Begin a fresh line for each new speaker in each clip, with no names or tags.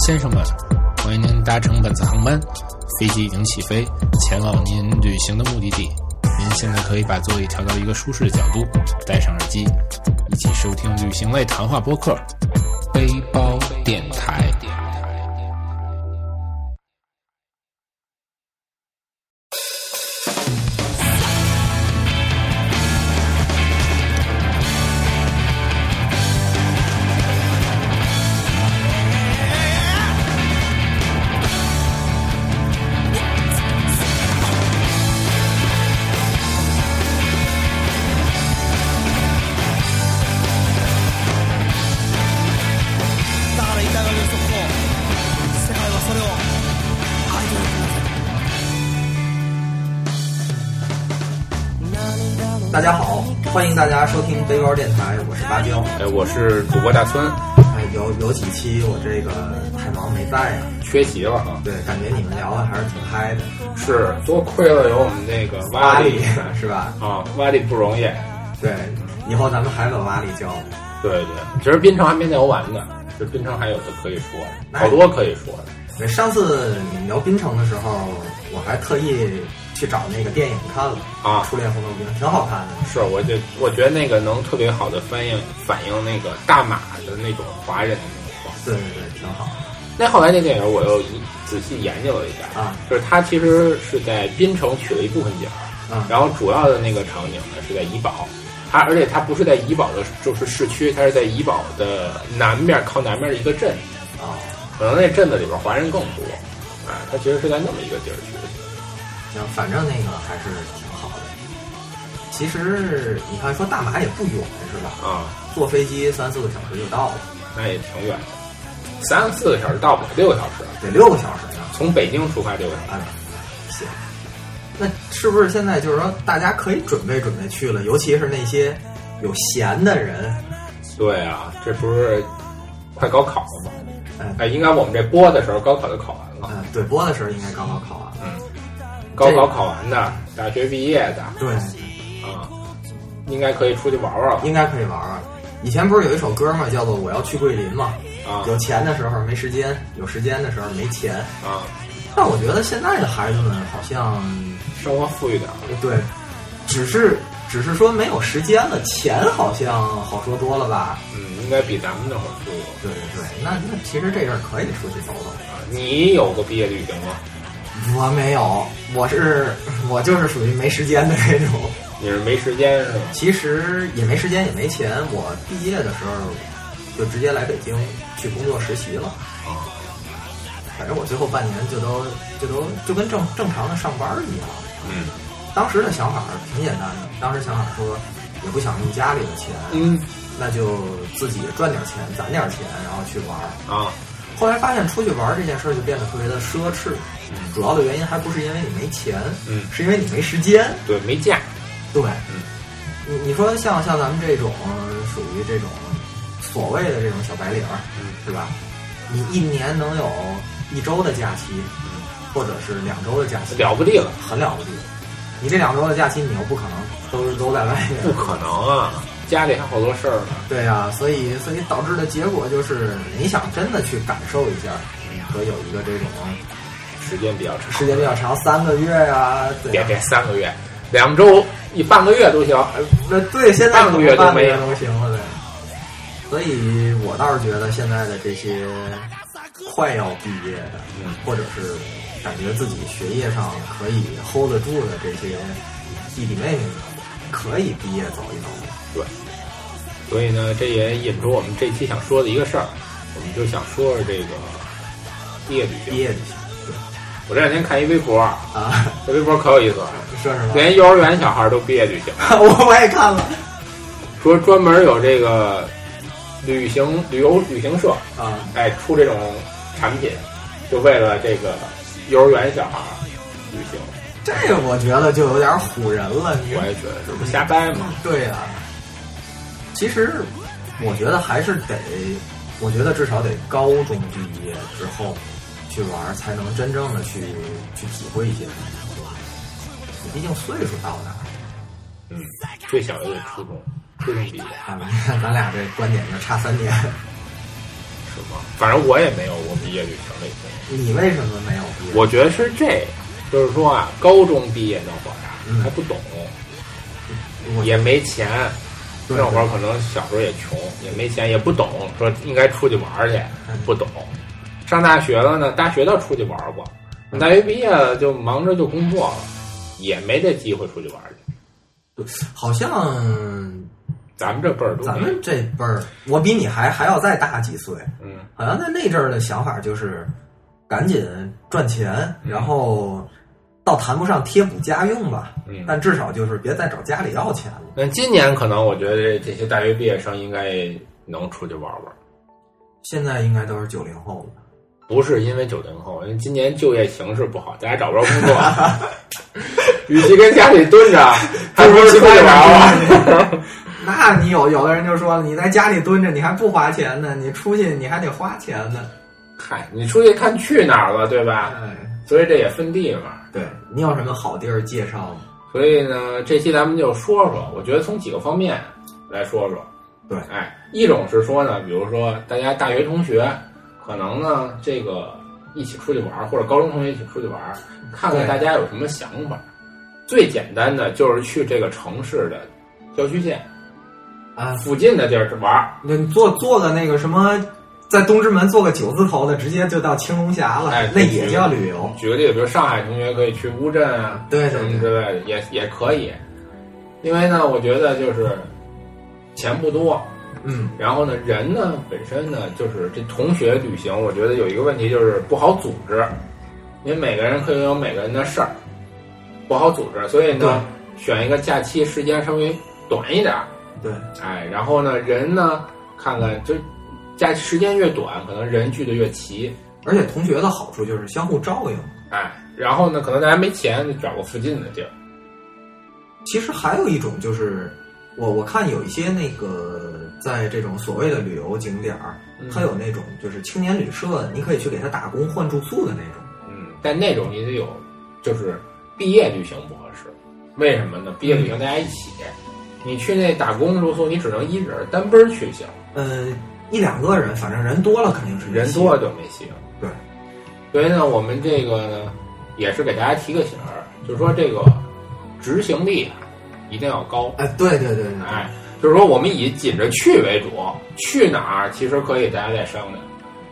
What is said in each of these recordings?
先生们，欢迎您搭乘本次航班，飞机已经起飞，前往您旅行的目的地。您现在可以把座椅调到一个舒适的角度，戴上耳机，一起收听旅行类谈话播客《背包电台》。
だから痛がる速報世界はそれをアイドルになぜ
大家好，欢迎大家收听背包电台，我是芭蕉。
哎，我是主播大孙，
哎，有有几期我这个太忙没在呀、
缺席了啊。
对，感觉你们聊的还是挺嗨的，
是，多亏了有我们那个
蛙
蛙力
力是吧？
啊，蛙力不容易。
对，以后咱们还把蛙力教。
对对，其实滨城还没聊完呢，这滨城还有的可以说，
那
好多可以说的。
对，上次你们聊槟城的时候，我还特意去找那个电影看了
啊
初恋红豆冰》，挺好看的。
是，我就我觉得那个能特别好的反映反映那个大马的那种华人的那种。
对对对，挺好。
那后来那电影我又一仔细研究了一下，
啊
就是它其实是在滨城取了一部分景儿，
嗯
然后主要的那个场景呢是在怡保，它而且它不是在怡保的，就是市区，它是在怡保的南面靠南面的一个镇，
啊，
可能那镇子里边华人更多，啊，它其实是在那么一个地儿取的景。
行，反正那个还是挺好的。其实你看，说大马也不远是吧？
啊，
坐飞机三四个小时就到了，
那也挺远的，三四个小时到不了，六个小时，
得六个小时呢。
从北京出发六个小时。
哎，行，那是不是现在就是说大家可以准备准备去了？尤其是那些有闲的人，
对啊，这不是快高考了吗？
嗯
哎，应该我们这播的时候高考就考完了，嗯
嗯，对，播的时候应该刚好考完了。
高考考完的，大学毕业的
对，
啊，应该可以出去玩玩了
应该可以玩玩。以前不是有一首歌嘛，叫做《我要去桂林》嘛？
啊
有钱的时候没时间，有时间的时候没钱。
啊，
但我觉得现在的孩子们好像，
生活富裕点儿。
对，只是只是说没有时间了，钱好像好说多了吧？
嗯，应该比咱们那会儿富裕
对对对，那那其实这阵儿可以出去走走。
啊。你有过毕业旅行吗？
我没有，我是我就是属于没时间的那种。
你是没时间是吗？
其实也没时间，也没钱。我毕业的时候就直接来北京去工作实习了。反正我最后半年就都就都就跟正正常的上班一样。
嗯
当时的想法挺简单的，当时想法说也不想用家里的钱，
嗯
那就自己赚点钱，攒点钱，然后去玩儿。
啊
后来发现出去玩儿这件事儿就变得特别的奢侈，主要的原因还不是因为你没钱，
嗯
是因为你没时间。
对，没假。
对，
嗯
你你说像像咱们这种属于这种所谓的这种小白领儿，
嗯
是吧？你一年能有一周的假期，或者是两周的假期，
嗯了不地了，
很了不地。你这两周的假期，你又不可能都是都在外
不
面，
可能啊！家里还好多事儿呢。
对呀、所以所以导致的结果就是，你想真的去感受一下，
哎
和有一个这种
时间比较长，
时间比较长，三个月呀、对啊
别
呀、
别三个月，两周一半个月都行。
呃，那对，现在
半个月都
半个
没有
月都行了呗。所以我倒是觉得现在的这些快要毕业的，
嗯
或者是感觉自己学业上可以 hold 得住的这些弟弟妹妹们，可以毕业走一走。
对，所以呢，这也引出我们这期想说的一个事儿，我们就想说说这个毕业旅
毕
行。
业就行。对
我这两天看一微博，
啊，
这微博可有意思了，
说什么？
连幼儿园小孩都毕业旅行，
我 我也看了
说专门有这个旅行旅游旅行社，
啊，
哎，出这种产品，就为了这个幼儿园小孩旅行。
这个我觉得就有点唬人了。你
我也觉得这不瞎掰吗？
对呀、其实我觉得还是得，我觉得至少得高中毕业之后去玩儿，才能真正的去去体会一些东西。你毕竟岁数到那儿
嗯，最小也得初中，初中毕业。
哎咱俩这观点就差三年。
是吗？反正我也没有，我毕毕业旅行里头。
你为什么没有毕业？
我觉得是这，就是说啊，高中毕业那会儿啊
嗯
还不懂，
我
也没钱，
对
那会儿可能小时候也穷，也没钱，也不懂，说应该出去玩儿去
嗯，
不懂。上大学了呢，大学倒出去玩儿过，大学毕业了就忙着就工作了，也没这机会出去玩儿去。
好像
咱们这辈儿都没
咱们这辈儿，我比你还还要再大几岁。
嗯
好像在那阵儿的想法就是，赶紧赚钱，然后倒谈不上贴补家用吧，
嗯。
但至少就是别再找家里要钱了。
那今年可能我觉得这些大学毕业生应该能出去玩儿玩儿，
现在应该都是九零后了。
不是因为九零后，因为今年就业形势不好，大家找不着工作， 与其跟家里蹲着，还不如出去玩儿玩儿。
那你有有的人就说了，你在家里蹲着，你还不花钱呢，你出去你还得花钱呢。
嗨，你出去看去哪儿了，对吧？
哎，
所以这也分地方。
对你有什么好地儿介绍吗？
所以呢，这期咱们就说说，我觉得从几个方面来说说。
对
哎，一种是说呢，比如说大家大学同学，可能呢这个一起出去玩儿，或者高中同学一起出去玩儿，看看
对
大家有什么想法。最简单的就是去这个城市的郊区县
啊，
附近的地儿玩儿，
那你做做个那个什么，在东直门做个九字头的，直接就到青龙峡了，
哎
那也叫旅游。
举个例子，比如上海同学可以去乌镇啊，
对对
什么
对
之类的，也也可以。因为呢，我觉得就是钱不多，
嗯，
然后呢，人呢本身呢就是这同学旅行，我觉得有一个问题就是不好组织，因为每个人可以有每个人的事儿，不好组织，所以呢，选一个假期时间稍微短一点儿，
嗯对，
哎，然后呢，人呢看看就假期时间越短，可能人聚的越齐，
而且同学的好处就是相互照应。
哎，然后呢，可能大家没钱，就找个附近的地儿。
其实还有一种就是，我我看有一些那个在这种所谓的旅游景点儿，
嗯
它有那种就是青年旅社，你可以去给他打工换住宿的那种。
嗯，但那种你得有，就是毕业旅行不合适。为什么呢？毕业旅行大家一起，你去那打工住宿，你只能一人单奔儿去行，
嗯，一两个人，反正人多了肯定是
人多。就没戏了。
对，
所以呢，我们这个呢，也是给大家提个醒儿，就是说这个执行力啊，一定要高。
哎，对对对对，
哎，就是说我们以紧着去为主，去哪儿其实可以大家再商量，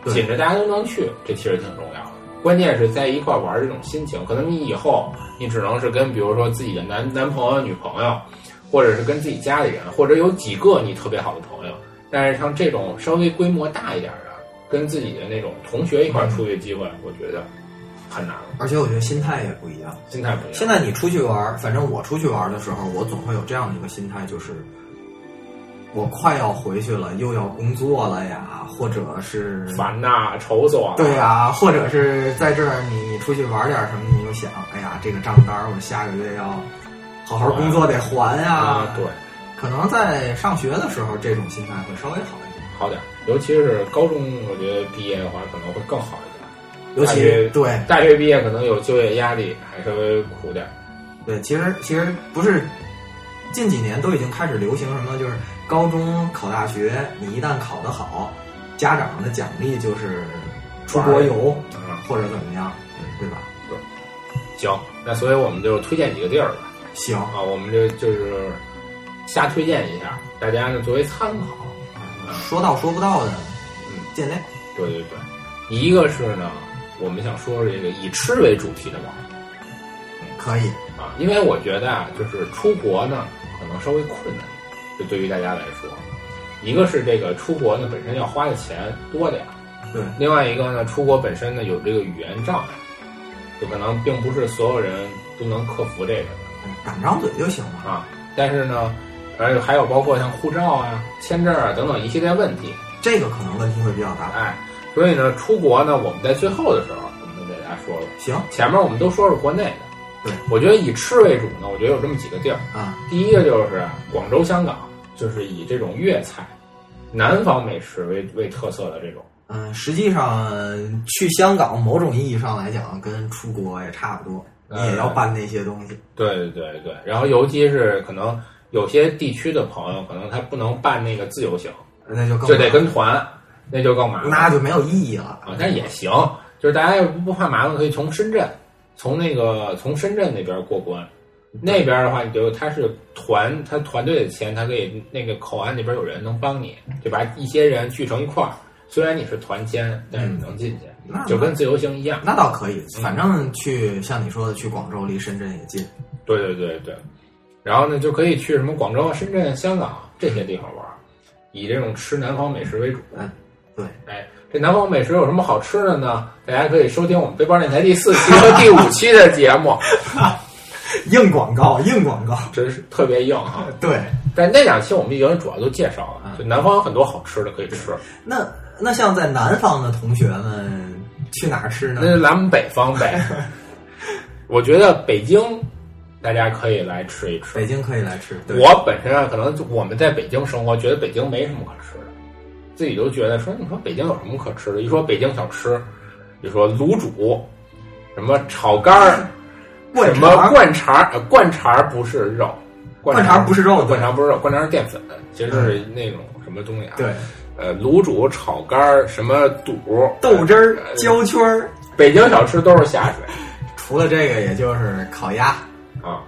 对
紧着大家都能去，这其实挺重要的。关键是在一块玩儿这种心情，可能你以后你只能是跟比如说自己的男男朋友、女朋友，或者是跟自己家里人，或者有几个你特别好的朋友。但是像这种稍微规模大一点儿的，跟自己的那种同学一块儿出去的机会，我觉得很难了，
而且我觉得心态也不一样。
心态不一样。
现在你出去玩儿，反正我出去玩儿的时候，我总会有这样的一个心态，就是我快要回去了，又要工作了呀，或者是
烦呐、愁死我了。
对呀、啊或者是在这儿你你出去玩点什么，你就想，哎呀，这个账单儿我下个月要好好工作得还呀、
啊，对。
可能在上学的时候，这种心态会稍微好一点，
好点儿，尤其是高中，我觉得毕业的话可能会更好一点。
尤
大学
其对
大学毕业可能有就业压力，还稍微苦点儿。
对，其实其实不是。近几年都已经开始流行什么，就是高中考大学，你一旦考得好，家长的奖励就是出国游
啊，
或者怎么样，对吧？
行，那所以我们就推荐几个地儿吧。
行，
啊，我们这就是瞎推荐一下，大家呢作为参考。
说到说不到的，
嗯，
见内。
对对对，一个是呢，我们想说这个以吃为主题的玩儿
可以，
啊，因为我觉得啊，就是出国呢可能稍微困难，就对于大家来说，一个是这个出国呢本身要花的钱多点儿。
对，
另外一个呢，出国本身呢有这个语言障碍，就可能并不是所有人都能克服这个的
嗯敢张嘴就行了。
啊。但是呢，而且还有包括像护照啊、签证啊等等一系列问题，
这个可能问题会比较大。
哎，所以呢，出国呢，我们在最后的时候，我们跟大家说说。
行
前面我们都说是国内的，
对，
我觉得以吃为主呢，我觉得有这么几个地儿。
啊，
第一个就是广州、香港，就是以这种粤菜、南方美食为为特色的这种。
嗯，实际上去香港某种意义上来讲，跟出国也差不多，
嗯
你也要办那些东西。
对对对，然后尤其是可能有些地区的朋友，可能他不能办那个自由行，
那就更
就得跟团。那就更麻烦。
那就没有意义了。
啊，但也行，就是大家要不不怕麻烦，可以从深圳，从那个从深圳那边过关。那边的话，你就他是团，他团队的钱，他可以那个口岸那边有人能帮你，就把一些人聚成一块儿。虽然你是团签，但是你能进去，
那
就跟自由行一样。
那倒可以，反正去像你说的，去广州离深圳也近。
对对对对，然后呢，就可以去什么广州、啊深圳、香港这些地方玩儿，以这种吃南方美食为主。
嗯，对，
哎，这南方美食有什么好吃的呢？大家可以收听我们背包电台第四期和第五期的节目，
硬广告，硬广告。
真是特别硬哈。
对，
但那两期我们已经主要都介绍了，
嗯
就南方有很多好吃的可以吃。
那那像在南方的同学们去哪儿吃呢？
那就咱们北方 呗，我觉得北京大家可以来吃一吃
北。京可以来吃。对，
我本身啊，可能我们在北京生活，觉得北京没什么可吃的，自己都觉得说，你说北京有什么可吃的？一说北京小吃，你说卤煮，什么炒肝儿，
灌
什么
肠
灌肠儿？呃灌肠儿不是肉，灌
肠不是肉，对
灌肠不是肉，灌肠是淀粉，其实就是那种什么东西啊？，
对，
呃，卤煮、炒肝儿、什么肚、
豆汁儿
呃、
焦圈儿，
北京小吃都是下水
除了这个，也就是烤鸭，
啊。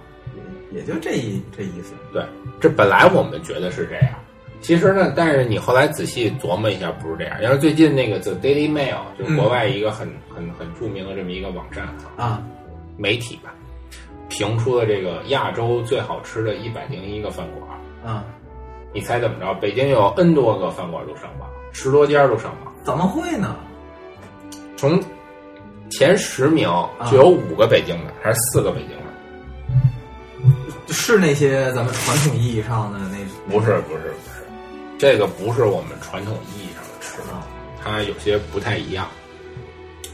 也也就这一这意思。
对，这本来我们觉得是这样，其实呢，但是你后来仔细琢磨一下，不是这样。因为最近那个 The Daily Mail 就是国外一个很、很很著名的这么一个网站啊
啊，
媒体吧，评出了这个亚洲最好吃的一百零一个饭馆。
嗯，
你猜怎么着？北京有 N 多个饭馆都上榜，十多家都上榜。
怎么会呢？
从前十名就有五个北京的，还是四个北京的？
是那些咱们传统意义上的那
不是，不是，不是，这个不是我们传统意义上的吃的，它有些不太一样。嗯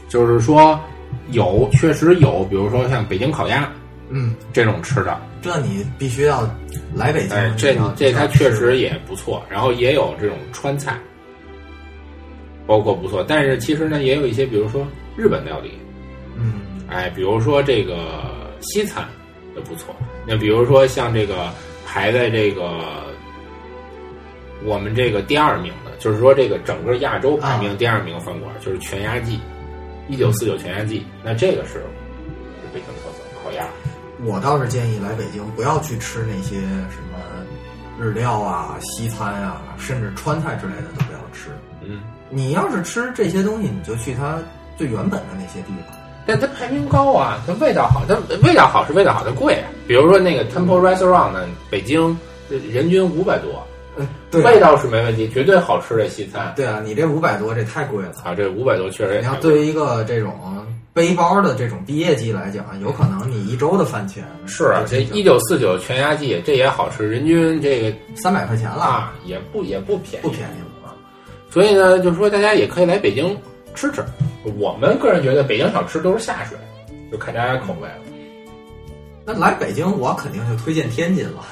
就是说，有确实有，比如说像北京烤鸭
嗯，
这种吃的，
这你必须要来北京。
哎，这
你要
这它
你要吃
确实也不错。然后也有这种川菜，包括不错。但是其实呢，也有一些，比如说日本料理，
嗯
哎，比如说这个西餐也不错。那比如说像这个排在这个我们这个第二名的，就是说这个整个亚洲排
啊
名第二名的饭馆，就是全鸭记，一九四九全鸭记。那这个是北京特色烤鸭，
我倒是建议来北京不要去吃那些什么日料啊、西餐啊，甚至川菜之类的都不要吃。
嗯，
你要是吃这些东西，你就去它最原本的那些地方。
但它排名高啊，它味道好，它味道好是味道好，它贵啊。比如说那个 Temple Restaurant 呢，北京人均五百多，
嗯，对
味道是没问题，绝对好吃的西餐。
对啊，你这五百多这太贵了。
啊，这五百多确实也
你要
太贵了
对于一个这种背包的这种毕业季来讲，有可能你一周的饭钱
是啊，这一九四九全鸭季这也好吃，人均这个
三百块钱了，
啊也不也不便宜，
不便宜了。啊
所以呢，就是说大家也可以来北京吃吃。我们个人觉得北京小吃都是下水，就看大家口味了。
那来北京，我肯定就推荐天津了。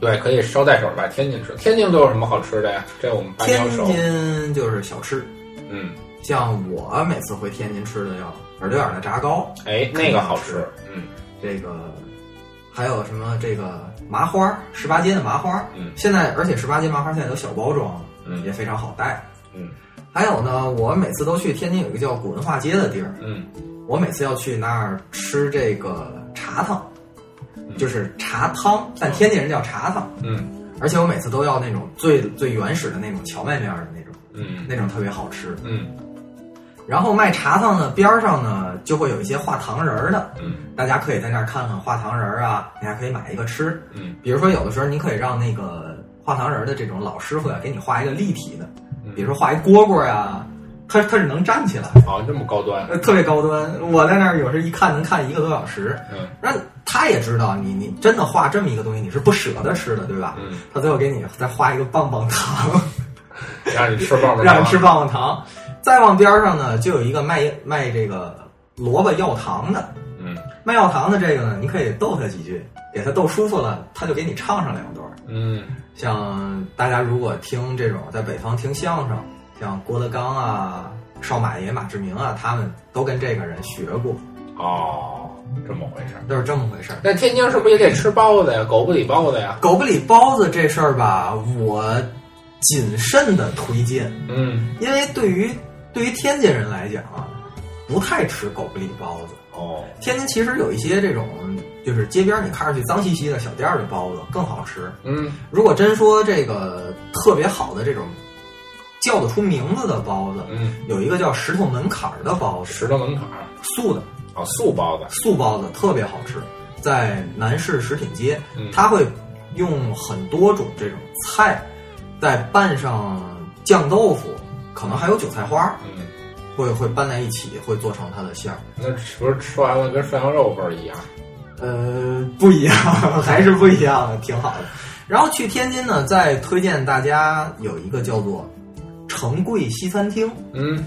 对，可以捎带手把天津吃。天津都有什么好吃的呀？这我们八
天
鸟手，
津就是小吃，
嗯，
像我每次回天津吃的要耳朵眼儿的炸糕，
哎，那个好吃，嗯，
这个还有什么这个麻花儿，十八街的麻花儿，
嗯
现在而且十八街麻花儿现在都小包装了，
嗯
也非常好带，
嗯，
还有呢，我每次都去天津有一个叫古文化街的地儿，
嗯，
我每次要去那儿吃这个茶汤，就是茶汤，但天津人叫茶汤，
嗯
而且我每次都要那种最最原始的那种荞麦面儿的那种，
嗯
那种特别好吃。
嗯
然后卖茶汤呢，边儿上呢就会有一些画糖人儿的，
嗯
大家可以在那儿看看画糖人儿啊，你还可以买一个吃。
嗯
比如说有的时候您可以让那个画糖人儿的这种老师傅啊，给你画一个立体的，
嗯，
比如说画一蝈蝈呀，它它是能站起来，
好这么高端，
呃，特别高端。我在那儿有时一看能看一个多小时，
嗯
然后他也知道你你真的画这么一个东西，你是不舍得吃的，对吧？
嗯，
他最后给你再画一个棒棒糖，
让你吃棒棒
让
糖，
你吃棒棒糖。再往边儿上呢，就有一个卖卖这个萝卜药糖的，
嗯
卖药糖的这个呢，你可以逗他几句，给他逗舒服了，他就给你唱上两段儿。
嗯
像大家如果听这种在北方听相声，像郭德纲啊、少马爷、马志明啊，他们都跟这个人学过，
哦，这么回事儿。
都是这么回事儿。
那天津是不是也得吃包子呀？狗不理包子呀？
狗不理包子这事儿吧，我谨慎的推荐，
嗯，
因为对于对于天津人来讲啊，不太吃狗不理包子。
哦，
天津其实有一些这种，就是街边你看上去脏兮兮的小店儿的包子更好吃。
嗯
如果真说这个特别好的这种叫得出名字的包子，
嗯，
有一个叫石头门槛儿的包子，
石头门槛儿，
素的
哦，素包子，
素包子特别好吃，在南市食品街，
嗯
它会用很多种这种菜，再拌上酱豆腐，可能还有韭菜花，
嗯，
会会拌在一起，会做成它的馅儿。
那是不是吃完了跟涮羊肉味儿一样？
呃，不一样，还是不一样的，挺好的。然后去天津呢，再推荐大家有一个叫做城贵西餐厅，
嗯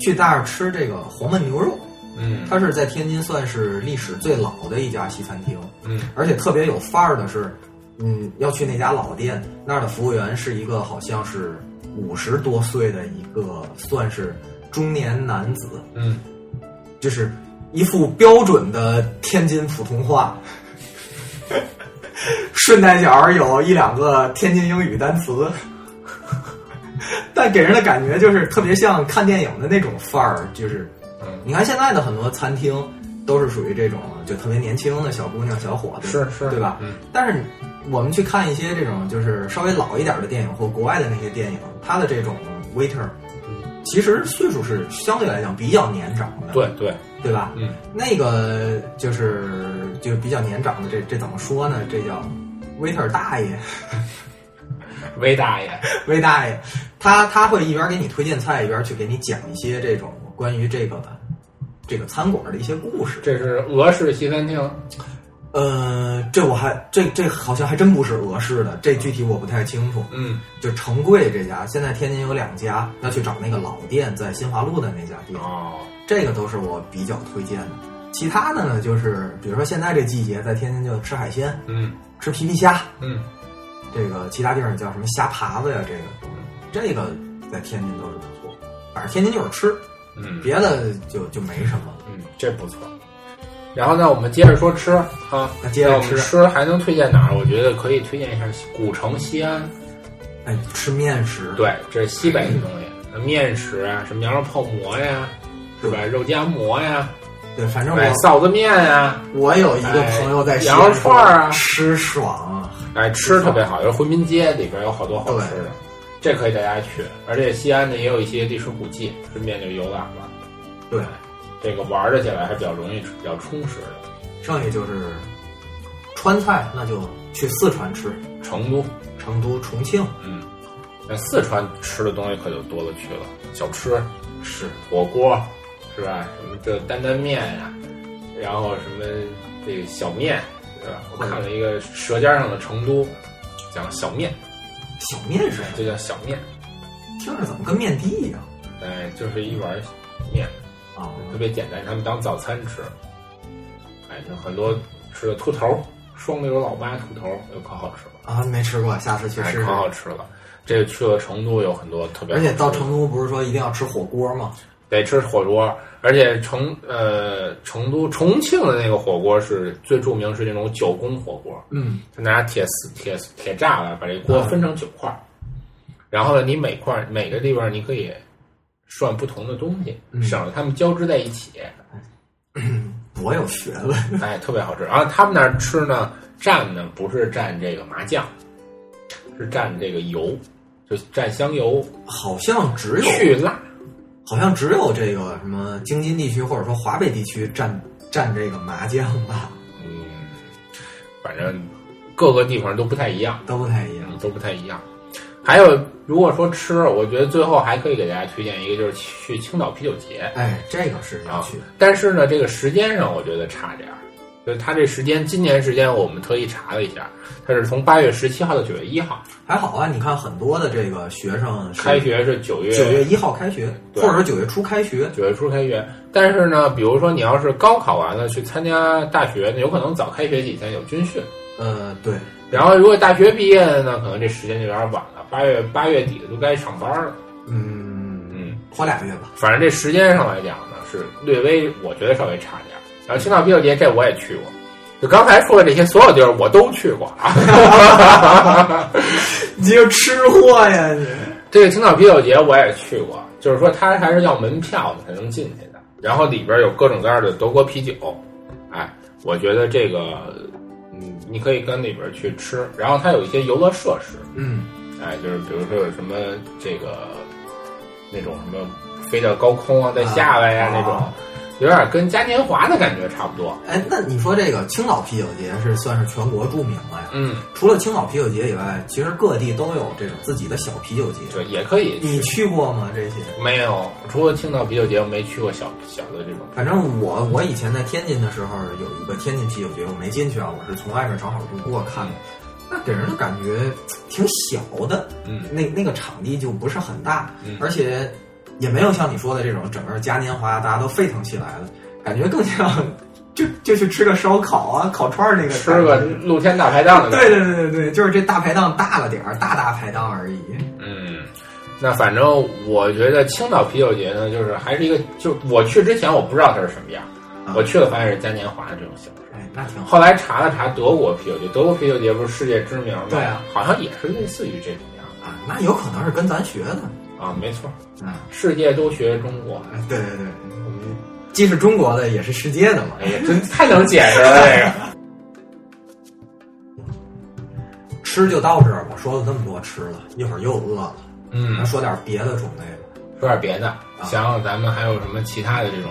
去那儿吃这个黄焖牛肉，
嗯
它是在天津算是历史最老的一家西餐厅，
嗯
而且特别有范儿的是，嗯，要去那家老店，那儿的服务员是一个好像是五十多岁的一个算是中年男子，
嗯，
就是一副标准的天津普通话， 顺带脚儿有一两个天津英语单词， 但给人的感觉就是特别像看电影的那种范儿。就是
嗯
你看现在的很多餐厅都是属于这种，就特别年轻的小姑娘、小伙子，
是是，
对吧？
嗯
但是我们去看一些这种就是稍微老一点的电影或国外的那些电影，它的这种 waiter
嗯，
其实岁数是相对来讲比较年长的，
对对，
对吧？
嗯
那个就是就比较年长的，这这怎么说呢？这叫 waiter 大爷、
威大爷，
威大爷，他他会一边给你推荐菜，一边去给你讲一些这种关于这个这个餐馆的一些故事。
这是俄式西餐厅，
呃，这我还这这好像还真不是俄式的，这具体我不太清楚。
嗯
就城贵这家，现在天津有两家，要去找那个老店，在新华路的那家店。
哦，
这个都是我比较推荐的。其他的呢，就是比如说现在这季节，在天津就吃海鲜，
嗯
吃皮皮虾，
嗯
这个其他地方叫什么虾爬子呀，这个这个在天津都是不错。反正天津就是吃，
嗯，
别的就就没什么了。
嗯，这不错。然后呢，我们接着说吃啊，
那接着
我们
吃，
吃还能推荐哪儿？我觉得可以推荐一下古城西安，
哎，吃面食，
对，这是西北的东西，那面食啊，什么羊肉泡馍呀，是吧？肉夹馍呀，
对，反正
哎，
我
臊子面呀，
我有一个朋友在
哎
西安
羊肉串儿啊
吃爽啊，
哎，吃特别好，有回民街里边有好多好吃的，这可以大家去。而且西安呢也有一些历史古迹，顺便就游览了，
对，
这个玩的起来还比较容易，比较充实的。
剩下就是川菜，那就去四川吃，
成都，
成都、重庆
嗯，那四川吃的东西可就多了去了，小吃、
是
火锅，是吧？什么这担担面呀、然后什么这个小面，是吧？我看了一个《舌尖上的成都》，讲小面，
小面食，
这叫小面，
听着怎么跟面的一样
哎，就是一碗面，
啊？
特别简单，他们当早餐吃。哎，有很多吃的秃头，双流老妈秃头，又可好吃了，
啊，没吃过，下次去
哎，
试
可
试。
好吃了。这个去了成都有很多特别
而
好吃的，
且到成都不是说一定要吃火锅吗？
得吃火锅，而且成呃成都重庆的那个火锅是最著名，是那种九宫火锅，
嗯，
他拿铁丝铁铁栅栏把这锅分成九块儿，然后呢，你每块儿每个地方你可以涮不同的东西，
嗯
省得它们交织在一起，
我有学问，
哎，特别好吃。然后他们那儿吃呢，蘸呢不是蘸这个麻酱，是蘸这个油，就蘸香油
好像只有
去辣。
好像只有这个什么京津地区或者说华北地区蘸蘸这个麻酱吧，
嗯，反正各个地方都不太一样。
都不太一样。
嗯，都不太一样。还有，如果说吃，我觉得最后还可以给大家推荐一个，就是去青岛啤酒节
哎，这个是要
啊
去的。。
但是呢，这个时间上我觉得差点儿，就是它这时间，今年时间我们特意查了一下，它是从八月十七号到九月一号，
还好啊，你看很多的这个学生是
开学是九月
九月一号开学，或
对
者说九月初开学。
九月初开学。但是呢，比如说你要是高考完了去参加大学，有可能早开学几天有军训。
呃，对，
然后，如果大学毕业的呢，可能这时间就有点晚了，八月八月底都该上班了。
嗯，
嗯，
花俩月吧。
反正这时间上来讲呢，是略微我觉得稍微差点儿。然后青岛啤酒节这我也去过，就刚才说的这些所有地儿我都去过啊。
你这个吃货呀你！
这个青岛啤酒节我也去过，就是说它还是要门票的才能进去的，然后里边有各种各样的德国啤酒，哎，我觉得这个，嗯，你可以跟里边去吃，然后它有一些游乐设施，
嗯，
哎，就是比如说有什么这个那种什么飞到高空啊，再下来呀、
啊
那种，有点跟嘉年华的感觉差不多，
哎，那你说这个青岛啤酒节是算是全国著名了呀？
嗯，
除了青岛啤酒节以外，其实各地都有这种自己的小啤酒节。
就也可以
你
去。
去过吗？这些？
没有，除了青岛啤酒节，我没去过小小的这种。
反正我我以前在天津的时候有一个天津啤酒节，我没进去啊，我是从外面正好路过看的，那给人的感觉挺小的，
嗯，
那那个场地就不是很大，
嗯
而且也没有像你说的这种整个嘉年华大家都沸腾起来了，感觉更像就就去吃个烧烤啊、烤串儿那个
吃
感觉
个露天大排档的感觉。
对对对对对，就是这大排档大了点儿，大大排档而已。
嗯，那反正我觉得青岛啤酒节呢，就是还是一个，就我去之前我不知道它是什么样，
啊
我去了发现是嘉年华的这种形式。
哎，那挺好。
后来查了查德国啤酒节，德国啤酒节不是世界知名吗？
对啊，
好像也是类似于这种样的
啊，那有可能是跟咱学的。
啊，没错，
嗯，
世界都学中国，
哎对对对，
我们
既是中国的，也是世界的嘛。
哎呀，真太能解释了这个。
吃就到这儿吧，说了那么多吃了，一会儿又饿了，咱
嗯，
说点别的种类吧。
说点别的，想想咱们还有什么其他的这种，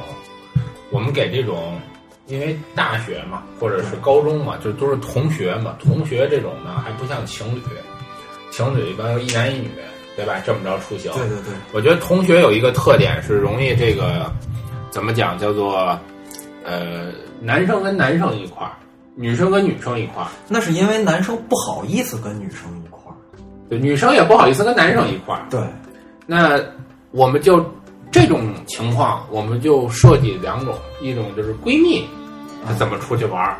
我们给这种，因为大学嘛，或者是高中嘛，就都是同学嘛，同学这种呢还不像情侣，情侣一般都一男一女，对吧？这么着出行，
对对对，
我觉得同学有一个特点是容易这个怎么讲叫做，呃，男生跟男生一块儿，女生跟女生一块儿，
那是因为男生不好意思跟女生一块儿。
对，女生也不好意思跟男生一块儿。
对，
那我们就这种情况，我们就设计两种，一种就是闺蜜，
嗯
她怎么出去玩儿，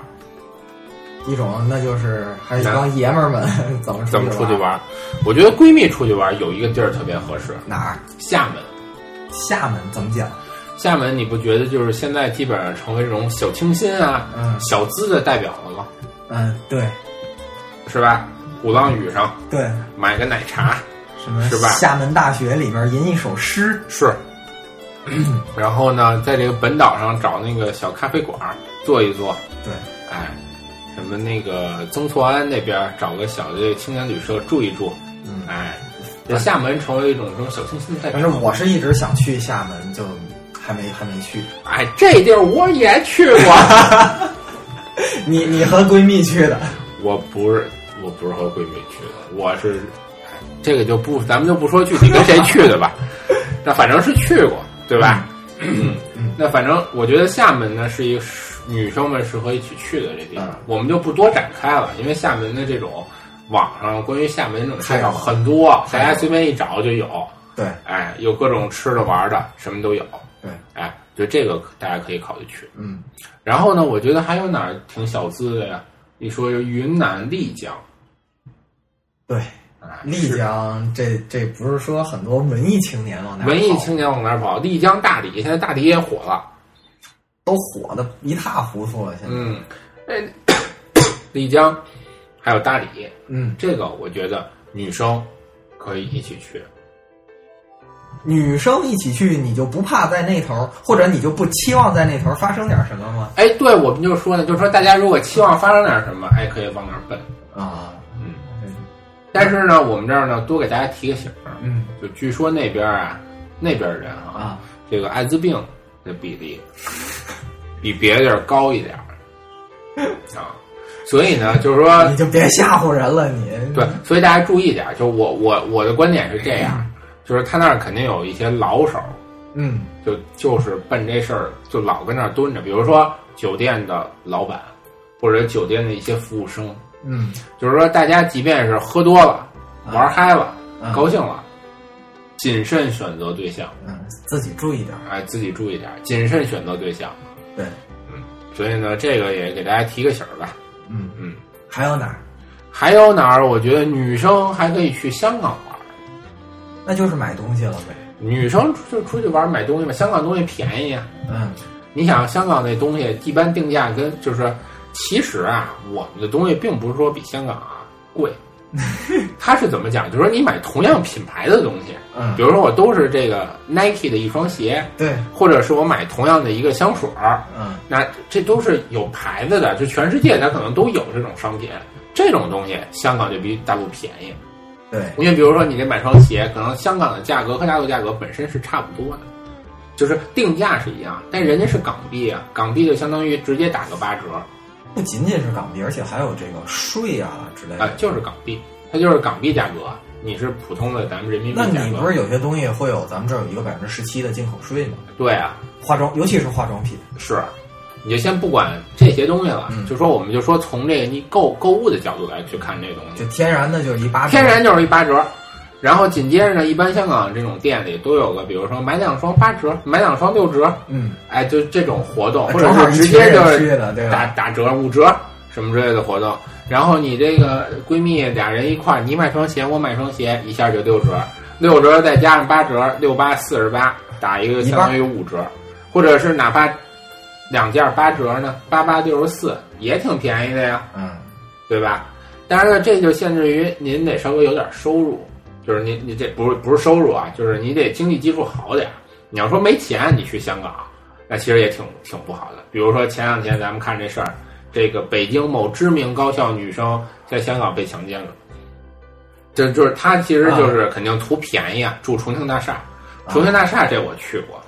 一种那就是还有一帮爷们儿们怎么出
怎么
去
出去
玩
玩
儿？
儿。我觉得闺蜜出去玩儿有一个地儿特别合适，
哪儿？
厦门。
厦门怎么讲？
厦门，你不觉得就是现在基本上成为这种小清新啊、
嗯
小资的代表了吗？
嗯，对
是吧？鼓浪屿上
对，
买个奶茶
什么
是吧
厦门大学里面吟一首诗，
是， 然后呢，在这个本岛上找那个小咖啡馆儿坐一坐，
对，
哎，什么那个曾厝垵那边儿找个小的这个青年旅社住一住，
嗯
哎，这厦门成为一种这种小清新的代
但是
表。
我是一直想去厦门，就还没还没去。
哎，这地儿我也去过，
你你和闺蜜去的？
我不是我不是和闺蜜去的，我是，哎，这个就不咱们就不说具体跟谁去的 吧，那反正是去过，对吧？嗯那反正我觉得厦门呢是一个女生们适合一起去的这地方，
嗯
我们就不多展开了，因为厦门的这种网上关于厦门这种介
太有
绍
了
很多，大
太有
家
了
随便一找就有，
对
哎，有各种吃的玩的，什么都有，
对，
哎，就这个大家可以考虑去。
嗯，
然后呢，我觉得还有哪儿挺小资的呀？一说就云南丽江，
对，
哎
丽江这这不是说很多文艺青年往那儿
文艺
跑
青年往哪儿跑？丽江、大理，现在大理也火了。
都火的一塌糊涂啊了，现在。
嗯，哎，丽江还有大理，
嗯，
这个我觉得女生可以一起去。
女生一起去，你就不怕在那头，或者你就不期望在那头发生点什么吗？
哎，对，我们就说呢，就说大家如果期望发生点什么，哎，可以往那儿奔。
啊，
嗯，
对
但是呢，我们这儿呢，多给大家提个醒儿，
嗯
就据说那边儿啊，那边儿人啊，
啊，
这个艾滋病的比例比别的地儿高一点儿啊，所以呢，就是说
你就别吓唬人了，你
对，所以大家注意点儿。就我我我的观点是这样，就是他那儿肯定有一些老手，
嗯
就就是奔这事儿就老跟那儿蹲着。比如说酒店的老板，或者酒店的一些服务生，
嗯
就是说大家即便是喝多了、
啊
玩嗨了、
啊
高兴了，谨慎选择对象，
嗯，自己注意点儿。
哎，自己注意点儿，谨慎选择对象。
对，
所以呢，这个也给大家提个醒儿吧。
嗯
嗯，
还有哪儿？
还有哪儿？我觉得女生还可以去香港玩儿。
那就是买东西了呗。
女生就出去玩儿买东西嘛，香港东西便宜啊。
嗯
你想香港那东西一般定价跟就是，其实啊，我们的东西并不是说比香港啊贵，他是怎么讲？就是说你买同样品牌的东西，
嗯
比如说我都是这个 Nike 的一双鞋，
对，
或者是我买同样的一个香水儿，
嗯，
那这都是有牌子的，就全世界它可能都有这种商品。这种东西香港就比大陆便宜，
对，
因为比如说你这买双鞋，可能香港的价格和大陆价格本身是差不多的，就是定价是一样，但人家是港币啊，港币就相当于直接打个八折，
不仅仅是港币，而且还有这个税啊之类
啊，
的。
就是港币，它就是港币价格，你是普通的咱们人民币
那
价
你
格。
不是有些东西会有咱们这儿有一个百分之十七的进口税吗？
对啊，
化妆，尤其是化妆品，
是，你就先不管这些东西了，
嗯
就说我们就说从这个你购购物的角度来去看这个东西
就，天然的就是一八折
天然就是一八折。然后紧接着呢，一般香港这种店里都有个，比如说买两双八折，买两双六折，
嗯，
哎，就这种活动，或者
正好
是直接就
去
是
的，对
打
吧？
打折、五折什么之类的活动。然后你这个闺蜜俩人一块儿，你买双鞋，我买双鞋，一下就六折，六折再加上八折，六八四十八，打一个
一
相
半
当于五折，或者是哪怕两件八折呢，八八六十四也挺便宜的呀，
嗯，
对吧？当然了，这就限制于您得稍微有点收入，就是您你这不是不是收入啊，就是你得经济基础好点儿。你要说没钱，你去香港，那其实也挺挺不好的。比如说前两天咱们看这事儿，这个北京某知名高校女生在香港被强奸了，这就是她其实就是肯定图便宜啊，住重庆大厦，重庆大厦这我去过，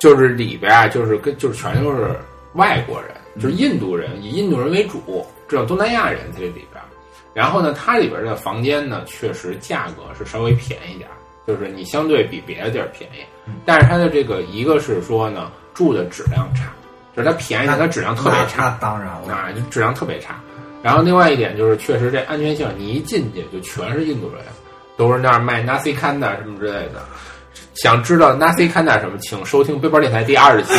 就是里边啊，就是跟就是全都是外国人，就是印度人，以印度人为主，这种东南亚人在这里边。然后呢，它里边的房间呢，确实价格是稍微便宜点儿，就是你相对比别的地儿便宜，但是它的这个一个是说呢，住的质量差，就是它便宜，但它质量特别差
那，那当然了，
啊，就质量特别差。然后另外一点就是，确实这安全性，你一进去就全是印度人，都是那儿卖 nasi k a n d a 什么之类的。想知道 nasi k a n d a 什么，请收听背包电台第二十期。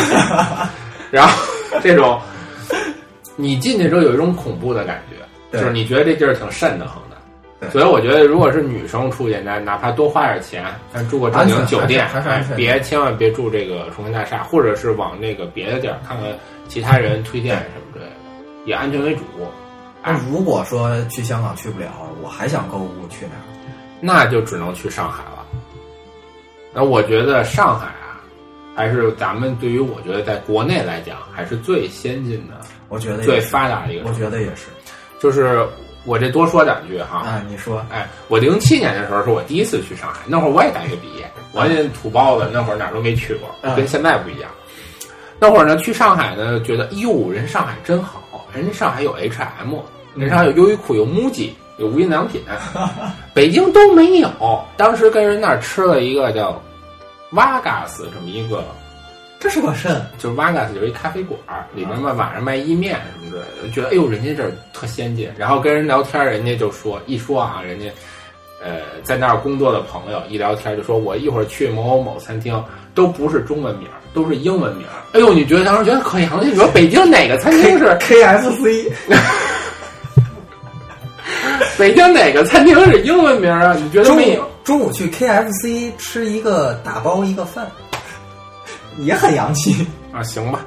然后这种，你进去之后有一种恐怖的感觉，
对
就是你觉得这地儿挺瘆得慌的。
对
所以我觉得，如果是女生出去，那哪怕多花点钱，但住个正经酒店，
安全还是还是安全
哎别千万别住这个重庆大厦，或者是往那个别的地儿看看其他人推荐什么之类的，以安全为主。
那如果说去香港去不了，我还想购物去哪儿？
那就只能去上海了。那我觉得上海啊，还是咱们对于我觉得在国内来讲，还是最先进的、
我觉得也
最
是
发达的一个
我
城市。
觉得也是
就是我这多说两句哈，
啊，你说
哎，我零七年的时候是我第一次去上海，那会儿我也大学毕业，我也土包子，那会儿哪儿都没去过，
嗯
跟现在不一样。那会儿呢，去上海呢，觉得哟，人上海真好，人家上海有 H&M，人上海有优衣库，有 MUJI，有无印良品，北京都没有。当时跟人那儿吃了一个叫 Vagas 这么一个
这是个肾，
就是 Vegas 有一咖啡馆儿，里面嘛晚上卖意面什么之类的，觉得哎呦人家这儿特先进，然后跟人聊天儿，人家就说一说啊，人家呃在那儿工作的朋友一聊天儿就说，我一会儿去某某某餐厅，都不是中文名儿，都是英文名儿。哎呦，你觉得当时觉得可洋气，你说北京哪个餐厅是
KFC
北京哪个餐厅是英文名儿啊？你觉得
中
没有
午？中午去 KFC 吃一个大包一个饭，也很洋气。
啊，行吧。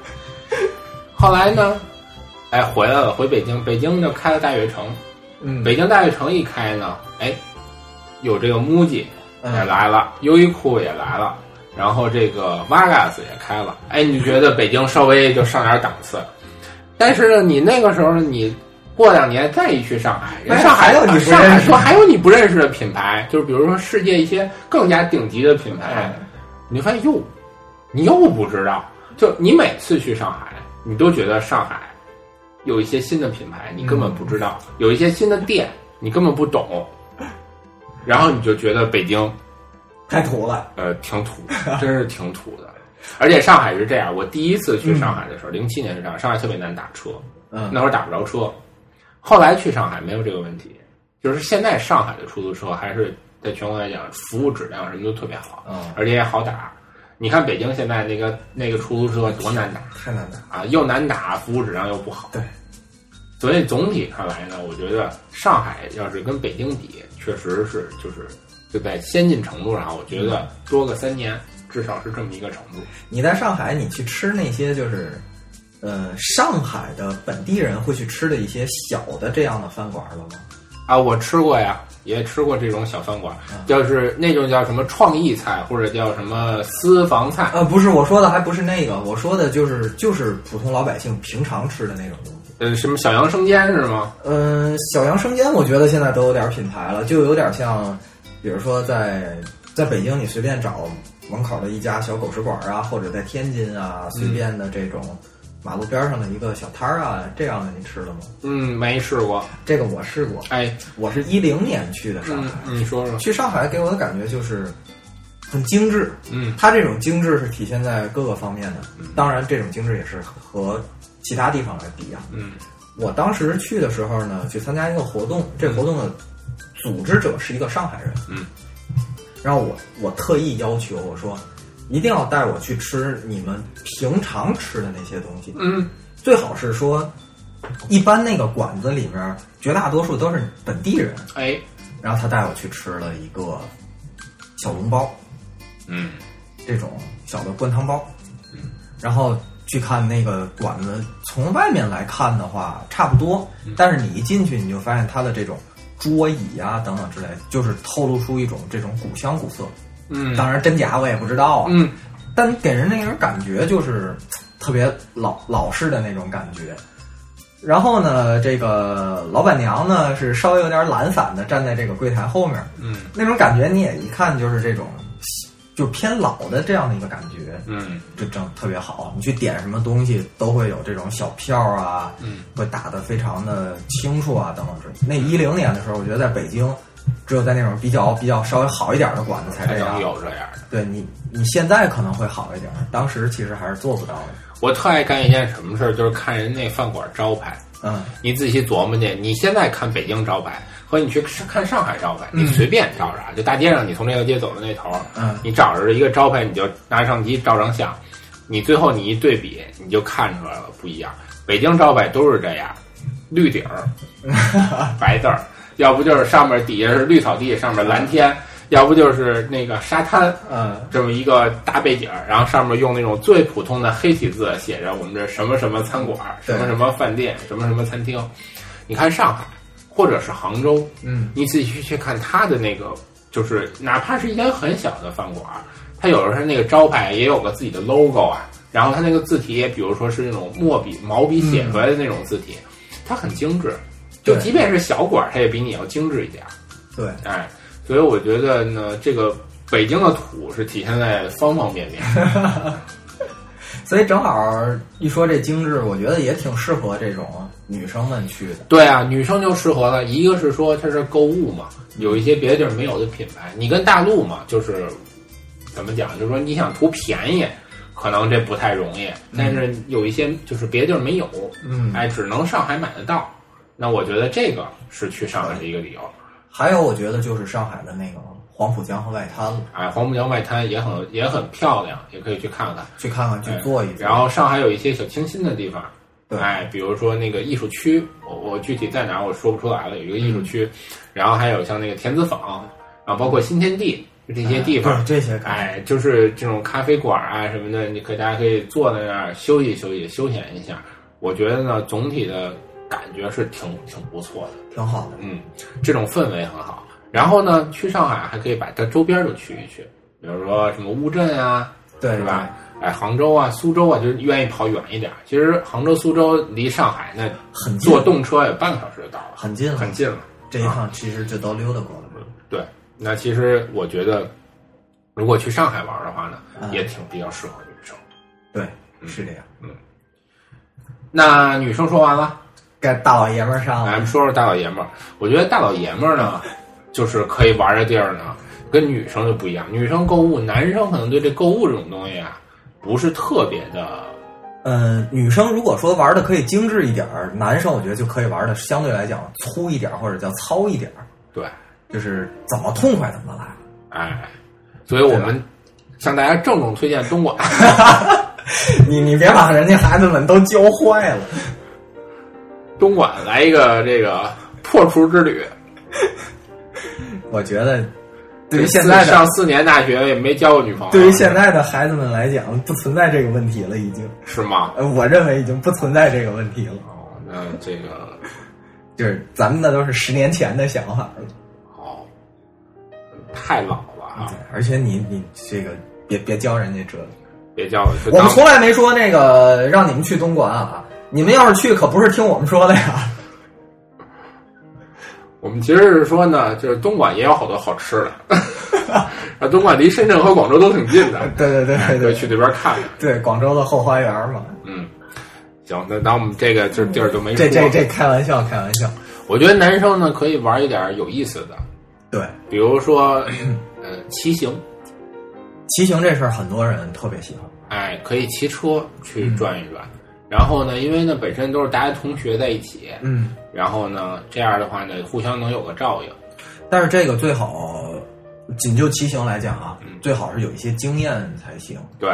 后来呢，哎，回来了，回北京，北京就开了大悦城。
嗯
北京大悦城一开呢，哎，有这个 MUJI 也
嗯
来了，优衣库也来了，然后这个 Vegas 也开了，哎，你就觉得北京稍微就上点档次。但是呢，你那个时候呢你过两年再一去上海，人
哎
上海
还有你不
上海
认识
说还有你不认识的品牌，就是比如说世界一些更加顶级的品牌，
哎
你就发现哟，你又不知道，就你每次去上海，你都觉得上海有一些新的品牌，你根本不知道；有一些新的店，你根本不懂。然后你就觉得北京
嗯太土了，
呃挺土，真是挺土的。而且上海是这样，我第一次去上海的时候，零七、年是这样，上海特别难打车，
嗯
那会儿打不着车。后来去上海没有这个问题，就是现在上海的出租车还是在全国来讲，服务质量什么都特别好，
嗯
而且也好打。你看北京现在那个那个出租车多难打
太难打了。
啊，又难打，服务质量又不好。
对，
所以总体看来呢，我觉得上海要是跟北京比，确实是就是就在先进程度上，我觉得多个三年，至少是这么一个程度。
你在上海，你去吃那些就是，呃，上海的本地人会去吃的一些小的这样的饭馆了吗？
啊，我吃过呀，也吃过这种小饭馆，就是那种叫什么创意菜或者叫什么私房菜，
呃，不是我说的，还不是那个，我说的就是就是普通老百姓平常吃的那种东西。
呃，什么小羊生煎是吗？
嗯，小杨生煎，我觉得现在都有点品牌了，就有点像，比如说在在北京，你随便找门口的一家小狗食馆啊，或者在天津啊，随便的这种马路边上的一个小摊儿啊，这样的你吃了吗？
嗯，没试过。
这个我试过，
哎，
我是一零年去的上
嗯
海，，
你说说，
去上海给我的感觉就是很精致，
嗯
它这种精致是体现在各个方面的，当然这种精致也是和其他地方来比啊。
嗯
我当时去的时候呢，去参加一个活动，这活动的组织者是一个上海人，
嗯，
然后我我特意要求我说，一定要带我去吃你们平常吃的那些东西，
嗯
最好是说，一般那个馆子里面绝大多数都是本地人，
哎
然后他带我去吃了一个小笼包，
嗯
这种小的灌汤包，然后去看那个馆子，从外面来看的话差不多，
嗯
但是你一进去你就发现它的这种桌椅啊等等之类的，就是透露出一种这种古香古色。
嗯
当然真假我也不知道啊，
嗯
但给人那种感觉就是特别老老式的那种感觉。然后呢，这个老板娘呢是稍微有点懒散的站在这个柜台后面，
嗯
那种感觉你也一看就是这种就偏老的这样的一个感觉，
嗯
就整特别好。你去点什么东西都会有这种小票啊，
嗯
会打得非常的清楚啊，等等之类。那一零年的时候，我觉得在北京，只有在那种比较比较稍微好一点的馆子才
才
这
能
样。
有这样的。
对你，你现在可能会好一点，当时其实还是做不到的。
我特爱干一件什么事儿，就是看人那饭馆招牌。
嗯，
你仔细琢磨去，你现在看北京招牌和你去看上海招牌，你随便照啥，就大街上你从这条街走到那头，
嗯
你找着一个招牌，你就拿相机照张相，你最后你一对比，你就看出来了不一样。北京招牌都是这样，绿顶儿，白字儿，要不就是上面底下是绿草地，上面蓝天，要不就是那个沙滩，
嗯
这么一个大背景儿，然后上面用那种最普通的黑体字写着我们这什么什么餐馆儿、
对
什么什么饭店、什么什么餐厅。你看上海或者是杭州，
嗯，
你仔细去看它的那个，就是哪怕是一间很小的饭馆儿，它有时候那个招牌也有个自己的 logo 啊，然后它那个字体也，比如说是那种墨笔、毛笔写出来的那种字体，它很精致。就
对
即便是小馆儿，它也比你要精致一点儿。
对，
哎，所以我觉得呢，这个北京的土是体现在方方面面。
所以正好一说这精致，我觉得也挺适合这种女生们去的。
对啊，女生就适合了，一个是说它是购物嘛，有一些别的地儿没有的品牌。你跟大陆嘛，就是怎么讲，就是说你想图便宜，可能这不太容易，但是有一些就是别的地儿没有，
嗯，
哎，只能上海买得到。那我觉得这个是去上海的一个理由。
还有我觉得就是上海的那个黄浦江和外滩了。
哎，黄浦江外滩也很也很漂亮，也可以去看看。
去看看，去
哎
做一做。
然后上海有一些小清新的地方，
对
哎，比如说那个艺术区，我我具体在哪儿我说不出来了，有一个艺术区，然后还有像那个田子坊，然后包括新天地，就这些地方，
对这些感觉，
哎，就是这种咖啡馆啊什么的，你可大家可以坐在那儿休息休息，休闲一下。我觉得呢，总体的感觉是挺挺不错的，
挺好的。
嗯，这种氛围很好。然后呢，去上海还可以把它周边儿都去一去，比如说什么乌镇啊，
对
是吧？？
嗯
哎，杭州啊、苏州啊，就是愿意跑远一点儿。其实杭州、苏州离上海那
很近
坐动车也半个小时就到了，
很近啊了，
很近了。
这一趟其实就都溜达过了。
对，那其实我觉得，如果去上海玩的话呢，
嗯
也挺比较适合女生。
对，是这样。
那女生说完了，
该大老爷们儿上
咱
了
们，说说大老爷们儿。我觉得大老爷们儿呢，就是可以玩的地儿呢，跟女生就不一样。女生购物，男生可能对这购物这种东西啊，不是特别的
嗯，女生如果说玩的可以精致一点儿，男生我觉得就可以玩的相对来讲粗一点儿，或者叫糙一点儿，
对。
就是怎么痛快怎么来。
哎，所以我们向大家郑重推荐东莞。
你你别把人家孩子们都教坏了。
东莞来一个这个破除之旅。
我觉得，对于现在
四
的
上四年大学也没交过女朋友，
对于现在的孩子们来讲，不存在这个问题了，已经。
是吗？
呃，我认为已经不存在这个问题了。
哦，那这个
就是咱们那都是十年前的想法了。
哦，太老了啊！
对，而且你你这个别别教人家这个，
别叫我去
我
当
们从来没说那个让你们去东莞啊，你们要是去可不是听我们说的呀。
我们其实是说呢，就是东莞也有好多好吃的， 啊，东莞离深圳和广州都挺近的，哎
对对对对
可以
对
去那边看看。
对，广州的后花园嘛，
嗯，行，那那我们这个就是地儿就没说
这这这开玩笑开玩笑，
我觉得男生呢可以玩一点有意思的，
对。
比如说，呃，骑行，
骑行这事儿，很多人特别喜欢。
哎，可以骑车去转一转。然后呢，因为呢本身都是大家同学在一起，
嗯，
然后呢这样的话呢，互相能有个照应。
但是这个最好，仅就骑行来讲啊，
嗯
最好是有一些经验才行。
对，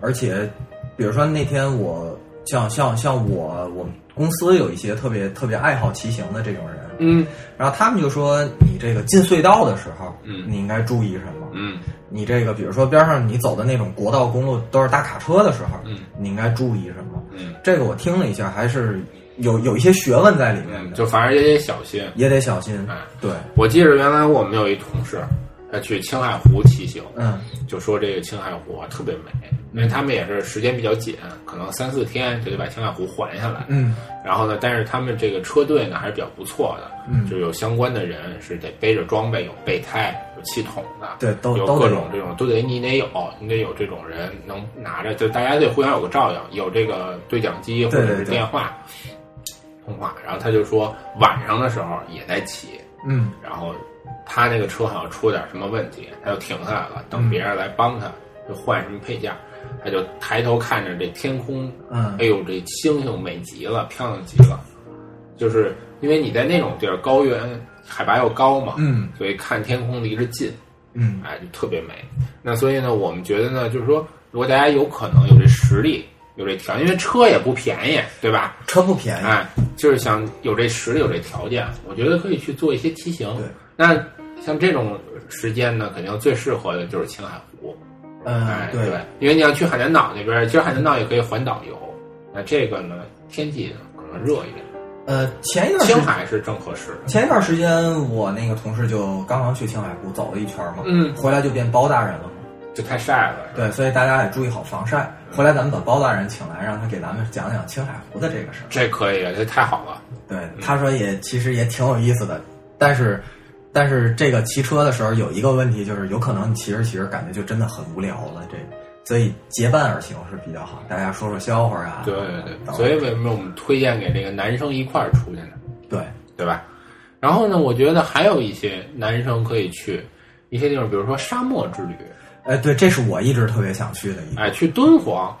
而且，比如说那天我像像像我我们公司有一些特别特别爱好骑行的这种人，
嗯
然后他们就说你这个进隧道的时候，
嗯
你应该注意什么？
嗯
你这个比如说边上你走的那种国道公路都是大卡车的时候，
嗯
你应该注意什么？
嗯
这个我听了一下，还是有有一些学问在里面
嗯，
的，
就反正也得小心。
也得小心。
哎
对，
我记着原来我们有一同事，他去青海湖骑行，
嗯
就说这个青海湖啊特别美，因为他们也是时间比较紧，可能三四天就得把青海湖环下来。
嗯
然后呢，但是他们这个车队呢还是比较不错的，
嗯
就有相关的人是得背着装备，有备胎，有气筒的，
对都
有
都
各
得
种这种都得你得有，你得有这种人能拿着，就大家得互相有个照应，有这个对讲机或
对
者是
对对
电话通话。然后他就说晚上的时候也在骑，
嗯
然后他那个车好像出点什么问题，他就停下来了，
嗯
等别人来帮他，就换什么配件。他就抬头看着这天空，
嗯
哎呦，这星星美极了，漂亮极了。就是因为你在那种地儿，高原海拔又高嘛，
嗯
所以看天空离着近，
嗯，
哎，就特别美。那所以呢，我们觉得呢，就是说，如果大家有可能有这实力，有这条件，因为车也不便宜，对吧？
车不便宜。
哎，就是想有这实力、有这条件，我觉得可以去做一些骑行。
对，
那像这种时间呢，肯定最适合的就是青海湖。哎
嗯，，
对，因为你要去海南岛那边，其实海南岛也可以环岛游。那这个呢，天气可能热一点，
呃，前一段时
青
间，
海是正合适的。
前一段时间我那个同事就刚刚去青海湖走了一圈嘛，
嗯，
回来就变包大人了嘛。
就太晒了。
对，所以大家也注意好防晒。回来咱们把包大人请来，让他给咱们讲讲青海湖的这个事儿。
这可以，这太好了。
对，他说也其实也挺有意思的，但是但是这个骑车的时候有一个问题，就是有可能你骑着骑着感觉就真的很无聊了，这个，所以结伴而行是比较好，大家说说笑话啊。
对对对，
等
所以为什么我们推荐给这个男生一块儿出去呢？
对，
对吧？然后呢，我觉得还有一些男生可以去一些地方，比如说沙漠之旅。
哎对，这是我一直特别想去的一个，
哎，去敦煌，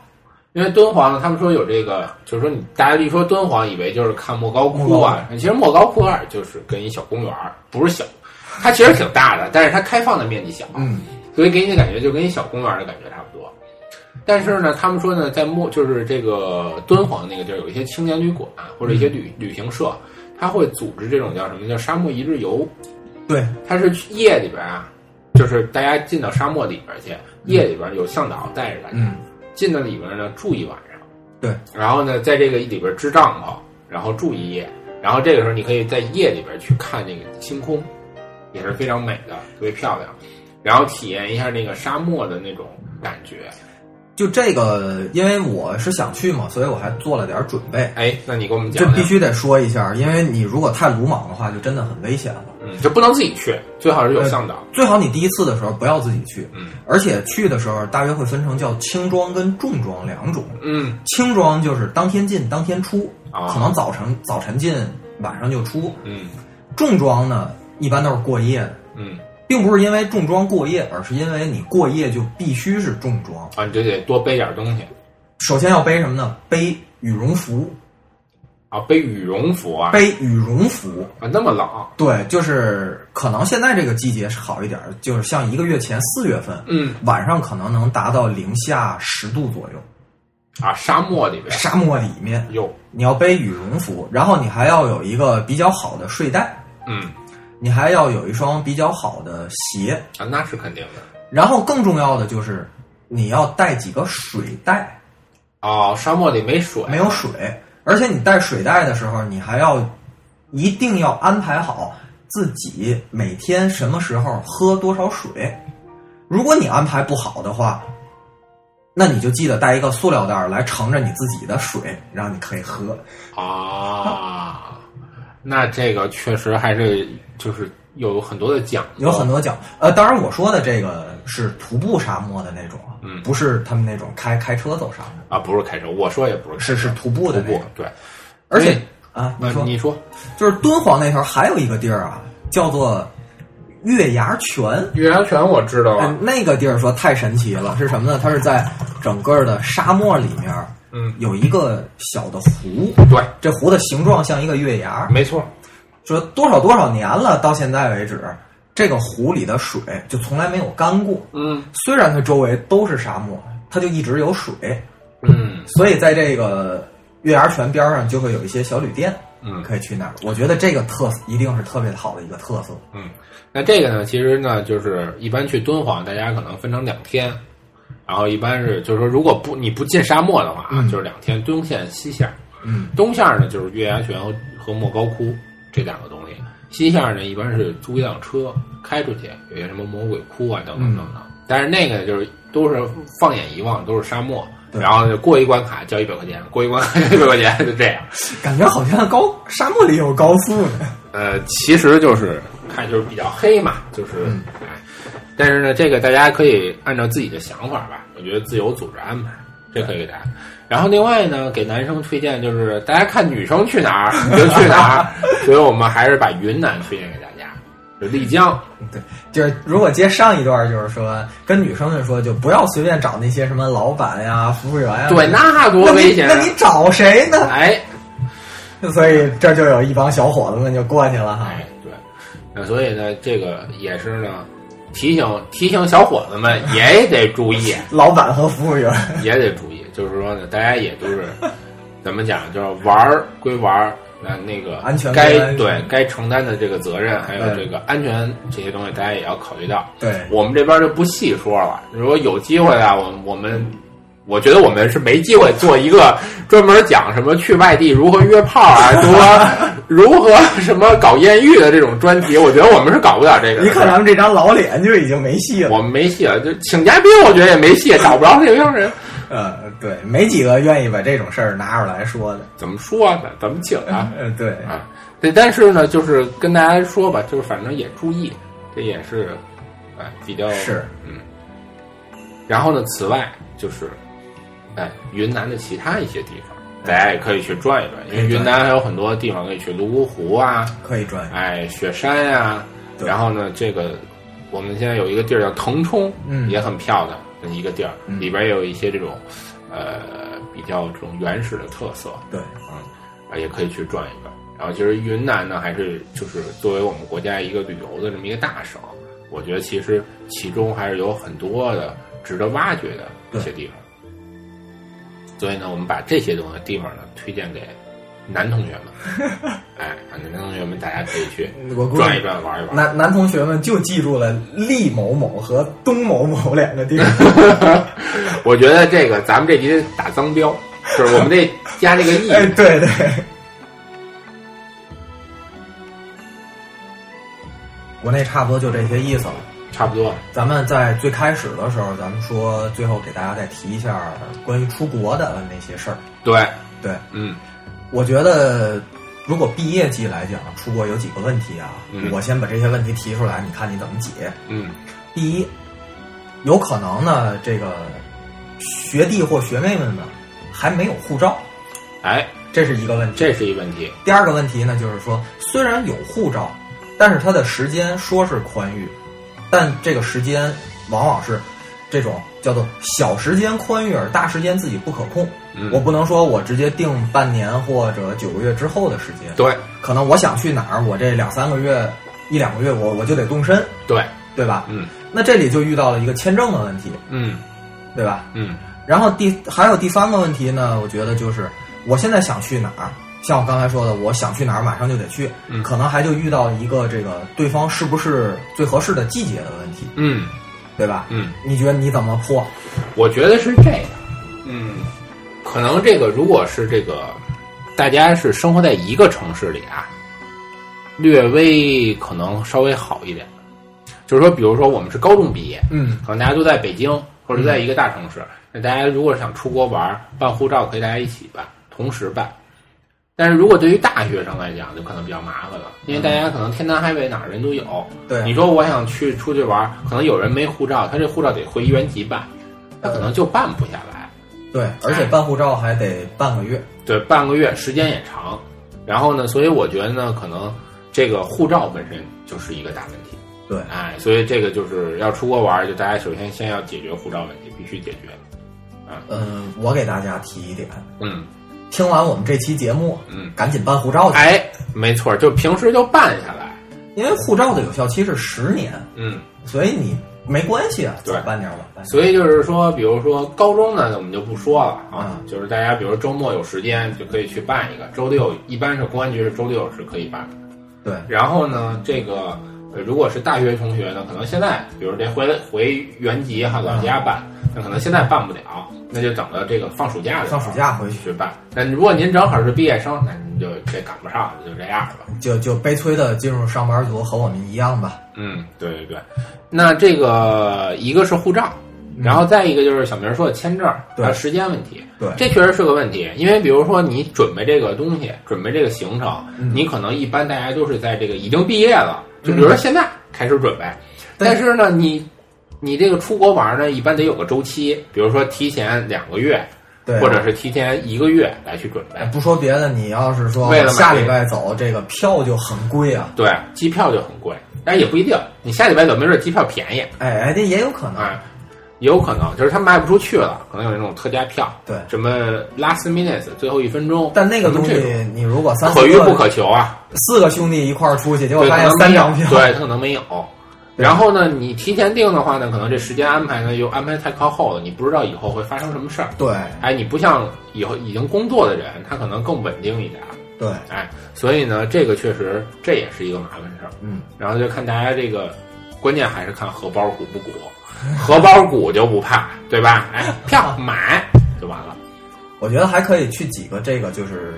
因为敦煌呢，他们说有这个，就是说你大家一说敦煌，以为就是看莫高窟啊，其实莫高窟那儿就是跟一小公园儿，不是小，它其实挺大的，但是它开放的面积小，
嗯，
所以给你的感觉就跟一小公园儿的感觉差不多。但是呢，他们说呢，在莫就是这个敦煌那个地儿，有一些青年旅馆啊或者一些旅旅行社，他会组织这种叫什么叫沙漠一日游，
对，
它是去夜里边啊，就是大家进到沙漠里边去，夜里边有向导带着大家，
嗯
进到里边呢住一晚上，
对，
然后呢在这个里边支帐篷，然后住一夜，然后这个时候你可以在夜里边去看那个星空，也是非常美的，特别漂亮，然后体验一下那个沙漠的那种感觉。
就这个，因为我是想去嘛，所以我还做了点准备。
哎，那你给我们讲
这
讲，
必须得说一下，因为你如果太鲁莽的话，就真的很危险了。
嗯，就不能自己去，最好是有向导。
最好你第一次的时候不要自己去，
嗯
而且去的时候大约会分成叫轻装跟重装两种。
嗯，
轻装就是当天进当天出，
啊
可能早晨早晨进，晚上就出。
嗯
重装呢，一般都是过夜的，
嗯，
并不是因为重装过夜，而是因为你过夜就必须是重装。
啊，你就得多背点东西
首先要背什么呢？背羽绒服，
啊，背羽绒服啊，
背羽绒服。
啊那么冷，
对，就是可能现在这个季节是好一点，就是像一个月前四月份，
嗯
晚上可能能达到零下十度左右，
啊，沙漠里边
沙漠里面
有，
你要背羽绒服，然后你还要有一个比较好的睡袋，
嗯
你还要有一双比较好的鞋，
啊，那是肯定的。
然后更重要的就是你要带几个水袋，
哦，沙漠里没水，
没有水，而且你带水袋的时候，你还要一定要安排好自己每天什么时候喝多少水。如果你安排不好的话，那你就记得带一个塑料袋儿来盛着你自己的水，让你可以喝。
啊，那这个确实还是就是有很多的讲究，
有很多讲，呃，当然我说的这个是徒步沙漠的那种，啊
嗯
不是他们那种开开车走沙漠，
啊，不是开车，我说也不是开车
是是徒步的
徒
那
步
种。，
对，
而且
对
啊，你
那
说
你说
就是敦煌那头还有一个地儿啊，叫做月牙泉。
月牙泉我知道
哎
啊，
那个地儿说太神奇了，是什么呢？它是在整个的沙漠里面
嗯，
有一个小的湖，
对，
这湖的形状像一个月牙，
没错，
说多少多少年了，到现在为止，这个湖里的水就从来没有干过。
嗯
虽然它周围都是沙漠，它就一直有水，
嗯
所以在这个月牙泉边上就会有一些小旅店，
嗯
可以去那儿。我觉得这个特一定是特别好的一个特色。
嗯，那这个呢，其实呢，就是一般去敦煌，大家可能分成两天。然后一般是，就是说，如果不你不进沙漠的话，啊
嗯
就是两天东线西线。
嗯，
东线呢就是月牙泉和和莫高窟这两个东西，西线呢一般是租一辆车开出去，有些什么魔鬼窟啊等
嗯
等等等。但是那个就是都是放眼一望都是沙漠，
对
然后就过一关卡交一百块钱，过一关 卡交一百块钱，就这样。
感觉好像高沙漠里有高速呢。
呃，其实就是看就是比较黑嘛，就是、
嗯
哎，但是呢，这个大家可以按照自己的想法吧，我觉得自由组织安排，这可以给大家。然后另外呢，给男生推荐就是大家看女生去哪儿 你就去哪儿，所以我们还是把云南推荐给大家，就丽江。
对，就是如果接上一段，就是说跟女生们说，就不要随便找那些什么老板呀、服务员呀。
对，那多
那
危
你
险
哎那
啊！
你找谁呢？
哎，
所以这就有一帮小伙子们就过去了哈。
哎，对，那所以呢，这个也是呢，提醒提醒小伙子们也得注意。啊
老板和服务员，
也得注意，就是说呢，大家也都是怎么讲，就是玩儿归玩儿，那那个
安全归
该
安全
对该承担的这个责任，还有
嗯
这个安全这些东西，大家也要考虑到。
对
我们这边就不细说了，如果有机会啊，我我们。我觉得我们是没机会做一个专门讲什么去外地如何约炮啊，如何如何什么搞艳遇的这种专题。我觉得我们是搞不了这个的。
一看咱们这张老脸就已经没 戏了。
我们没戏了，就请嘉宾，我觉得也没戏，找不着这帮人。
呃，对，没几个愿意把这种事儿拿出来说的。
怎么说啊？咱咱们请啊
呃，对，
啊！对，但是呢，就是跟大家说吧，就是反正也注意，这也是哎比较
是
嗯。然后呢，此外就是哎云南的其他一些地方，
嗯
大家也可以去转一转，因为云南还有很多地方可以去，泸沽湖啊，
可以专业。
哎雪山呀、
对
然后呢，这个我们现在有一个地儿叫腾冲，
嗯
也很漂亮的一个地儿，
嗯
里边也有一些这种呃比较这种原始的特色，
对，
啊，也可以去转一转。然后其实云南呢，还是就是作为我们国家一个旅游的这么一个大省，我觉得其实其中还是有很多的值得挖掘的一些地方。所以呢，我们把这些东西地方呢推荐给男同学们， 哎，男同学们大家可以去
我估计
转一转、玩一玩。
男男同学们就记住了厉某某和东某某两个地方。
我觉得这个咱们这集得打脏标，就是我们得加这个意。
哎，对对，国内差不多就这些意思了。
差不多。
咱们在最开始的时候，咱们说最后给大家再提一下关于出国的那些事儿。
对，
对，
嗯，
我觉得如果毕业季来讲，出国有几个问题啊，
嗯
我先把这些问题提出来，你看你怎么解。
嗯，
第一，有可能呢，这个学弟或学妹们呢还没有护照，
哎，
这是一个问题。
这是一问题。
第二个问题呢，就是说虽然有护照，但是它的时间说是宽裕，但这个时间往往是这种叫做小时间宽裕，而大时间自己不可控。
嗯，
我不能说我直接定半年或者九个月之后的时间，
对
可能我想去哪儿，我这两三个月、一两个月我我就得动身，
对，
对吧？
嗯
那这里就遇到了一个签证的问题，
嗯
对吧？
嗯
然后第还有第三个问题呢，我觉得就是我现在想去哪儿，像我刚才说的，我想去哪儿马上就得去，
嗯
可能还就遇到一个这个对方是不是最合适的季节的问题，
嗯
对吧？
嗯。
你觉得你怎么破？
我觉得是这样，嗯，可能这个如果是这个，大家是生活在一个城市里啊，略微可能稍微好一点。就是说，比如说我们是高中毕业，
嗯，
可能大家都在北京或者在一个大城市，那大家如果想出国玩，办护照可以大家一起办，同时办。但是如果对于大学生来讲，就可能比较麻烦了，因为大家可能天南海北哪儿人都有。
对
你说我想去出去玩，可能有人没护照，他这护照得回原籍办，他可能就办不下来。
对，
哎
而且办护照还得半个月。
对，半个月时间也长。然后呢，所以我觉得呢，可能这个护照本身就是一个大问题。
对
哎，所以这个就是要出国玩儿，就大家首先先要解决护照问题，必须解决。
嗯，我给大家提一点，
嗯
听完我们这期节目，
嗯，
赶紧办护照去，
哎，没错，就平时就办下来。
因为护照的有效期是十年，
嗯，
所以你没关系啊，
对
早办点儿晚办点儿。
所以就是说，比如说高中呢，我们就不说了啊，
嗯
就是大家比如周末有时间就可以去办一个，周六一般是公安局是周六是可以办的。
对，
然后呢，这个呃如果是大学同学呢，可能现在比如这回回原籍哈老家办，那可能现在办不了，那就等到这个放暑假的时候
上暑假回去
去办。那如果您正好是毕业生，那您就这赶不上了，就这样吧。
就就悲催的进入上班族，和我们一样吧。
嗯，对对对。那这个一个是护照，然后再一个就是小明说的签证，
嗯对
还有时间问题。
对
这确实是个问题，因为比如说你准备这个东西，准备这个行程，
嗯
你可能一般大家都是在这个已经毕业了，就比
嗯
如说现在开始准备，
对
但是呢，你你这个出国玩呢，一般得有个周期，比如说提前两个月，
对，啊
或者是提前一个月来去准备。
哎不说别的，你要是说
为了买
下礼拜走，这个票就很贵啊。
对，机票就很贵，但也不一定，你下礼拜走，没准机票便宜。
哎哎，这也有可能。
啊，有可能就是他卖不出去了，可能有那种特价票，
对
什么 last minutes 最后一分钟，
但那个东西
什么这种，
你如果三四
可遇
个
不可求啊，
四个兄弟一块儿出去，结果
对，
发
可
现
能
三
没有
张票，
对，他可能没有。然后呢，你提前订的话呢，可能这时间安排呢又安排太靠后了，你不知道以后会发生什么事儿。
对
哎，你不像以后已经工作的人，他可能更稳定一点儿。
对，
哎，所以呢，这个确实这也是一个麻烦事儿。
嗯，
然后就看大家这个，关键还是看荷包鼓不鼓，荷包鼓就不怕，对吧？哎，票买就完了。
我觉得还可以去几个这个就是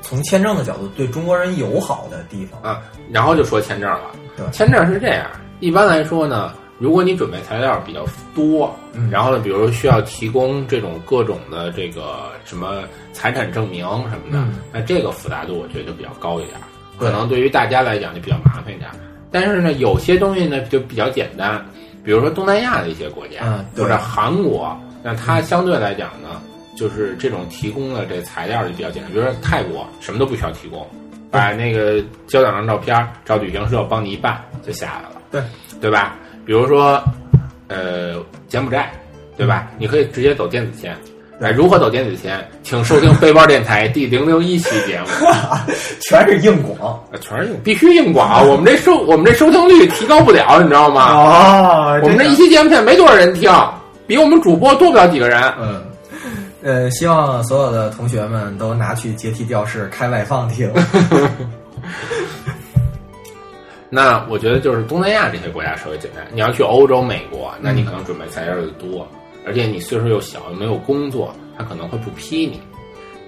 从签证的角度对中国人友好的地方。
啊，然后就说签证了。
对
签证是这样，一般来说呢，如果你准备材料比较多，
嗯
然后呢，比如需要提供这种各种的这个什么财产证明什么的，
嗯
那这个复杂度我觉得就比较高一点，
对
可能对于大家来讲就比较麻烦一点。但是呢，有些东西呢就比较简单，比如说东南亚的一些国家，
嗯对
或者韩国，那它相对来讲呢，就是这种提供的这材料就比较简单。比如说泰国，什么都不需要提供，把那个交两张照片，找旅行社帮你一办就下来了，
对
对吧？比如说，呃，柬埔寨，对吧？
嗯
你可以直接走电子签。哎，如何走电子签？请收听背包电台第零零一期节目。
全是硬广
啊全是硬，必须硬广啊！我们这收我们这收听率提高不了，你知道吗？
啊
我们哦这一期节目现在没多少人听，比我们主播多不了几个人。
嗯。呃，希望所有的同学们都拿去阶梯教室开外放听。
那我觉得就是东南亚这些国家稍微简单。你要去欧洲、美国，那你可能准备材料就多，而且你岁数又小，又没有工作，他可能会不批你。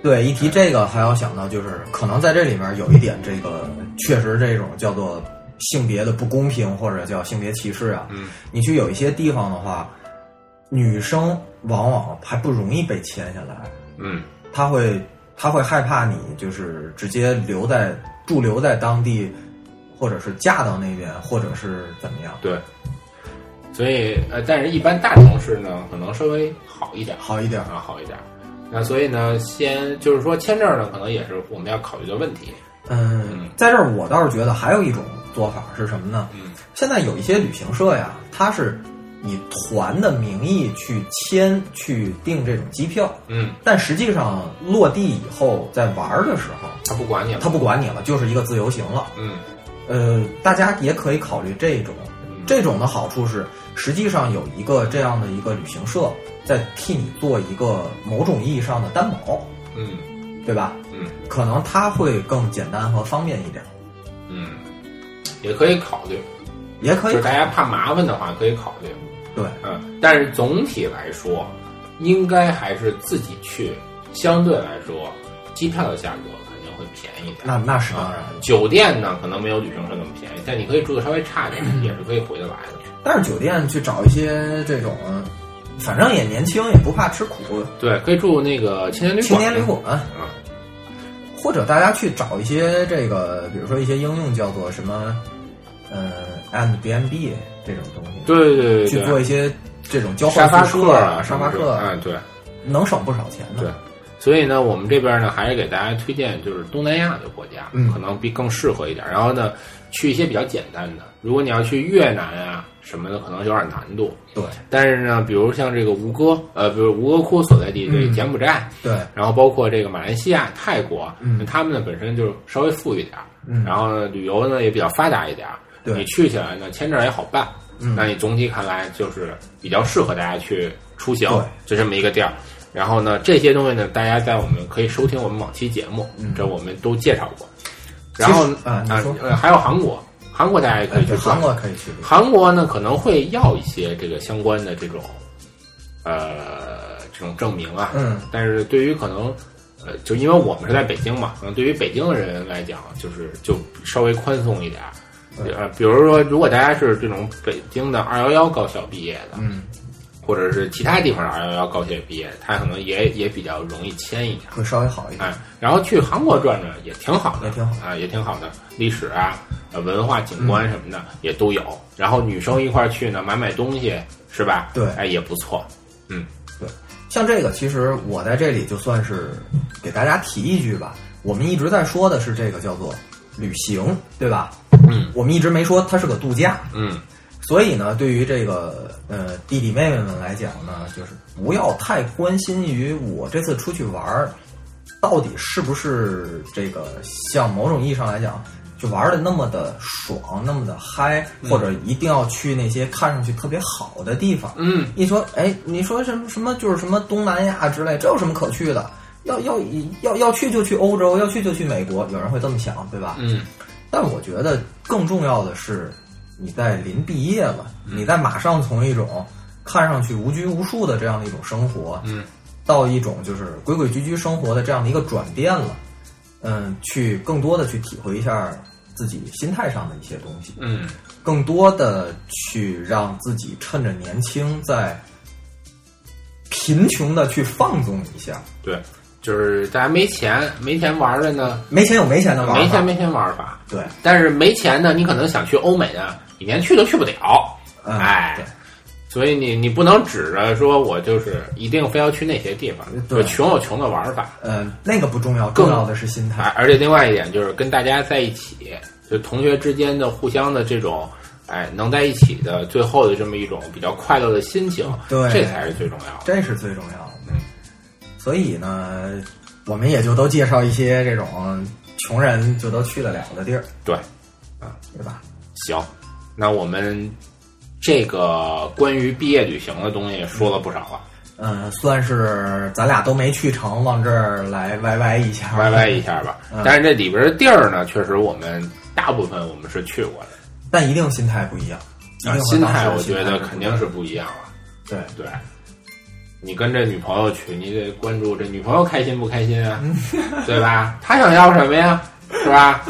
对，一提这个还要想到，就是可能在这里面有一点，这个确实这种叫做性别的不公平，或者叫性别歧视啊。
嗯，
你去有一些地方的话，女生往往还不容易被签下来，
嗯，
她会她会害怕你就是直接留在驻留在当地，或者是嫁到那边，或者是怎么样。
对。所以呃，但是一般大城市呢，可能稍微好一点。
好一点，
啊好一点。那所以呢，先就是说签证呢，可能也是我们要考虑的问题。
嗯，在这儿我倒是觉得还有一种做法是什么呢？
嗯，
现在有一些旅行社呀，它是以团的名义去签去订这种机票，
嗯，
但实际上落地以后在玩儿的时候，
他不管你了。
他不管你了，就是一个自由行了。
嗯
呃，大家也可以考虑这种
嗯，
这种的好处是，实际上有一个这样的一个旅行社在替你做一个某种意义上的担保，
嗯
对吧？
嗯
可能它会更简单和方便一点，
嗯，也可以考虑。
也可
就
以
是大家怕麻烦的话，可以考虑。
对。
嗯，但是总体来说，应该还是自己去，相对来说，机票的价格肯定会便宜一点。
那那是当
啊
然，
酒店呢可能没有旅行社那么便宜，但你可以住的稍微差点，也是可以回得来的。
但是酒店去找一些这种，反正也年轻，也不怕吃苦，
对，可以住那个青年旅
青
馆。
年旅馆，
啊，
或者大家去找一些这个，比如说一些应用叫做什么，嗯、a n d b n b 这种东西，
对对对
去
对
做
对，
一些这种交
沙
换
发
宿舍
客啊，
沙发
什么之类的
客，
嗯，对。
能省不少钱呢。
对所以呢，我们这边呢还是给大家推荐就是东南亚的国家，
嗯
可能比更适合一点。然后呢，去一些比较简单的。如果你要去越南啊什么的，可能有点难度。
对
但是呢，比如像这个吴哥，呃，比如吴哥窟所在地这个柬埔寨，
对，
然后包括这个马来西亚、泰国，
嗯
他们呢本身就稍微富裕点儿，
嗯
然后呢旅游呢也比较发达一点儿，
对
你去起来呢签证也好办，
嗯
那你总体看来就是比较适合大家去出行
对，
就这么一个地儿。然后呢，这些东西呢，大家在我们可以收听我们往期节目，这我们都介绍过。然后
嗯其实啊你说哎
呃还有韩国，韩国大家也可以去
对，
转
韩国可以去旅游。
韩国呢可能会要一些这个相关的这种，呃，这种证明啊。
嗯。
但是对于可能，呃，就因为我们是在北京嘛，可能对于北京的人来讲，就是就稍微宽松一点儿。
嗯
呃，比如说，如果大家是这种北京的二幺幺高校毕业的，
嗯，
或者是其他地方的二幺幺高校毕业，他可能也也比较容易迁一点儿。
会稍微好一点。
哎，然后去韩国转转也挺好的，
也挺好
啊，也挺好的，历史啊、呃文化景观什么的
嗯
也都有。然后女生一块儿去呢，买买东西是吧？
对
哎，也不错。
像这个，其实我在这里就算是给大家提一句吧。我们一直在说的是这个叫做旅行，对吧？
嗯
我们一直没说它是个度假，
嗯，
所以呢，对于这个呃弟弟妹妹们来讲呢，就是不要太关心于我这次出去玩儿，到底是不是这个像某种意义上来讲，就玩的那么的爽，那么的嗨，或者一定要去那些看上去特别好的地方。
嗯，
一说哎，你说什么什么就是什么东南亚之类，这有什么可去的？要要要要去就去欧洲，要去就去美国，有人会这么想，对吧？
嗯，
但我觉得更重要的是，你在临毕业了，你在马上从一种看上去无拘无束的这样的一种生活，
嗯，
到一种就是规规矩矩生活的这样的一个转变了，嗯，去更多的去体会一下自己心态上的一些东西，
嗯，
更多的去让自己趁着年轻，在贫穷的去放纵一下，
对，就是大家没钱，没钱玩儿的呢，
没钱有没钱的玩法，
没钱没钱玩儿法。
对，
但是没钱呢，你可能想去欧美呢，你连去都去不了。
嗯
哎，
对
所以你你不能指着说我就是一定非要去那些地方，
对
就穷有穷的玩儿法。
嗯、那个不重要，
更
重要的是心态，
哎，而且另外一点就是跟大家在一起，就同学之间的互相的这种，哎，能在一起的最后的这么一种比较快乐的心情，
对
这才是最重要的。
这是最重要的。所以呢，我们也就都介绍一些这种穷人就都去得了的地儿，啊
对，
对吧？
行，那我们这个关于毕业旅行的东西说了不少了，
嗯，算是咱俩都没去成，往这儿来歪歪一下，
歪歪一下吧。
嗯
但是这里边的地儿呢，确实我们大部分我们是去过的，
但一定心态不一样，一定
啊
和
心
当时
态
的
我觉得
不一样
肯定是不一样了。
对。
对，你跟这女朋友去，你得关注这女朋友开心不开心啊， 对吧？她想要什么呀，是吧？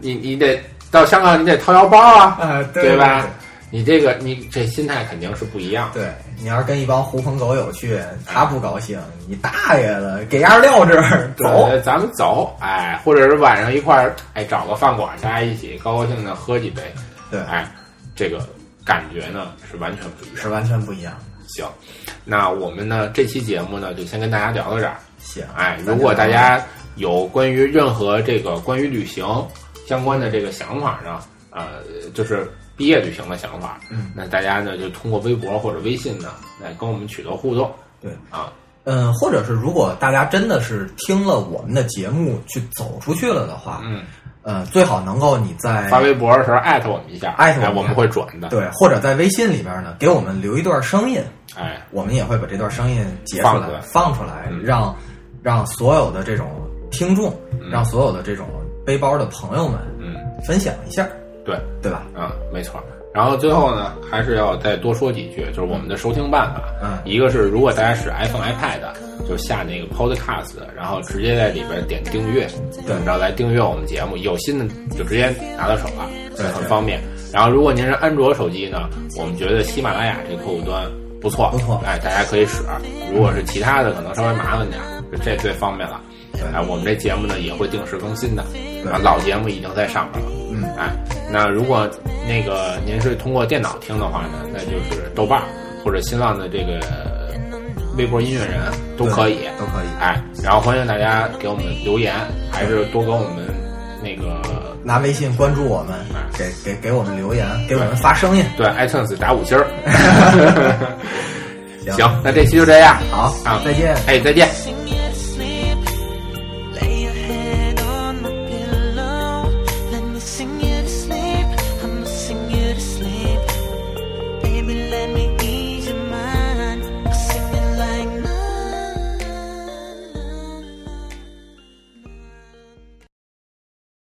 你你得到香港，你得掏腰包啊，
呃，
对吧？？你这个你这心态肯定是不一样的。
对，你要是跟一帮狐朋狗友去，他不高兴，你大爷的，给丫撂这儿走。
对，咱们走，哎，或者是晚上一块儿，哎，找个饭馆，大家一起高高兴兴地喝几杯，
对，
哎，这个感觉呢是完全不一样
是。完全不一样。
行，那我们呢这期节目呢就先跟大家聊到这儿。
行，
哎，如果大家有关于任何这个关于旅行相关的这个想法呢，呃，就是毕业旅行的想法，
嗯，
那大家呢就通过微博或者微信呢来跟我们取得互动，
对
啊，
嗯，或者是如果大家真的是听了我们的节目去走出去了的话，
嗯，
呃，最好能够你在
发微博的时候艾特我们一下，
艾特
哎
我们一下
我们会转的，
对，或者在微信里边呢，给我们留一段声音，
哎，
我们也会把这段声音截出
放出
来
来，
放出来，
嗯
让让所有的这种听众，让所有的这种背包的朋友们
嗯，
分享一下，
对，
对吧？
啊，没错。然后最后呢，还是要再多说几句，就是我们的收听办法。
嗯
一个是如果大家使 iPhone、iPad，就下那个 Podcast，然后直接在里边点订阅，
对
然后来订阅我们节目，有新的就直接拿到手了，
对
很方便。然后如果您是安卓手机呢，我们觉得喜马拉雅这客户端不错，
不错
哎，大家可以使。如果是其他的，可能稍微麻烦点儿，这最方便了。哎，我们这节目呢也会定时更新的，啊，老节目已经在上面了。
嗯，
哎，那如果那个您是通过电脑听的话呢，那就是豆瓣儿或者新浪的这个微博音乐人都可以。
都可以。
哎，然后欢迎大家给我们留言，还是多给我们那个
拿微信关注我们，
嗯
给给给我们留言，给我们发声音。
对 iTunes 打五 星儿。
行
行，那这期就这样。
好
啊，
再见。
哎，再见。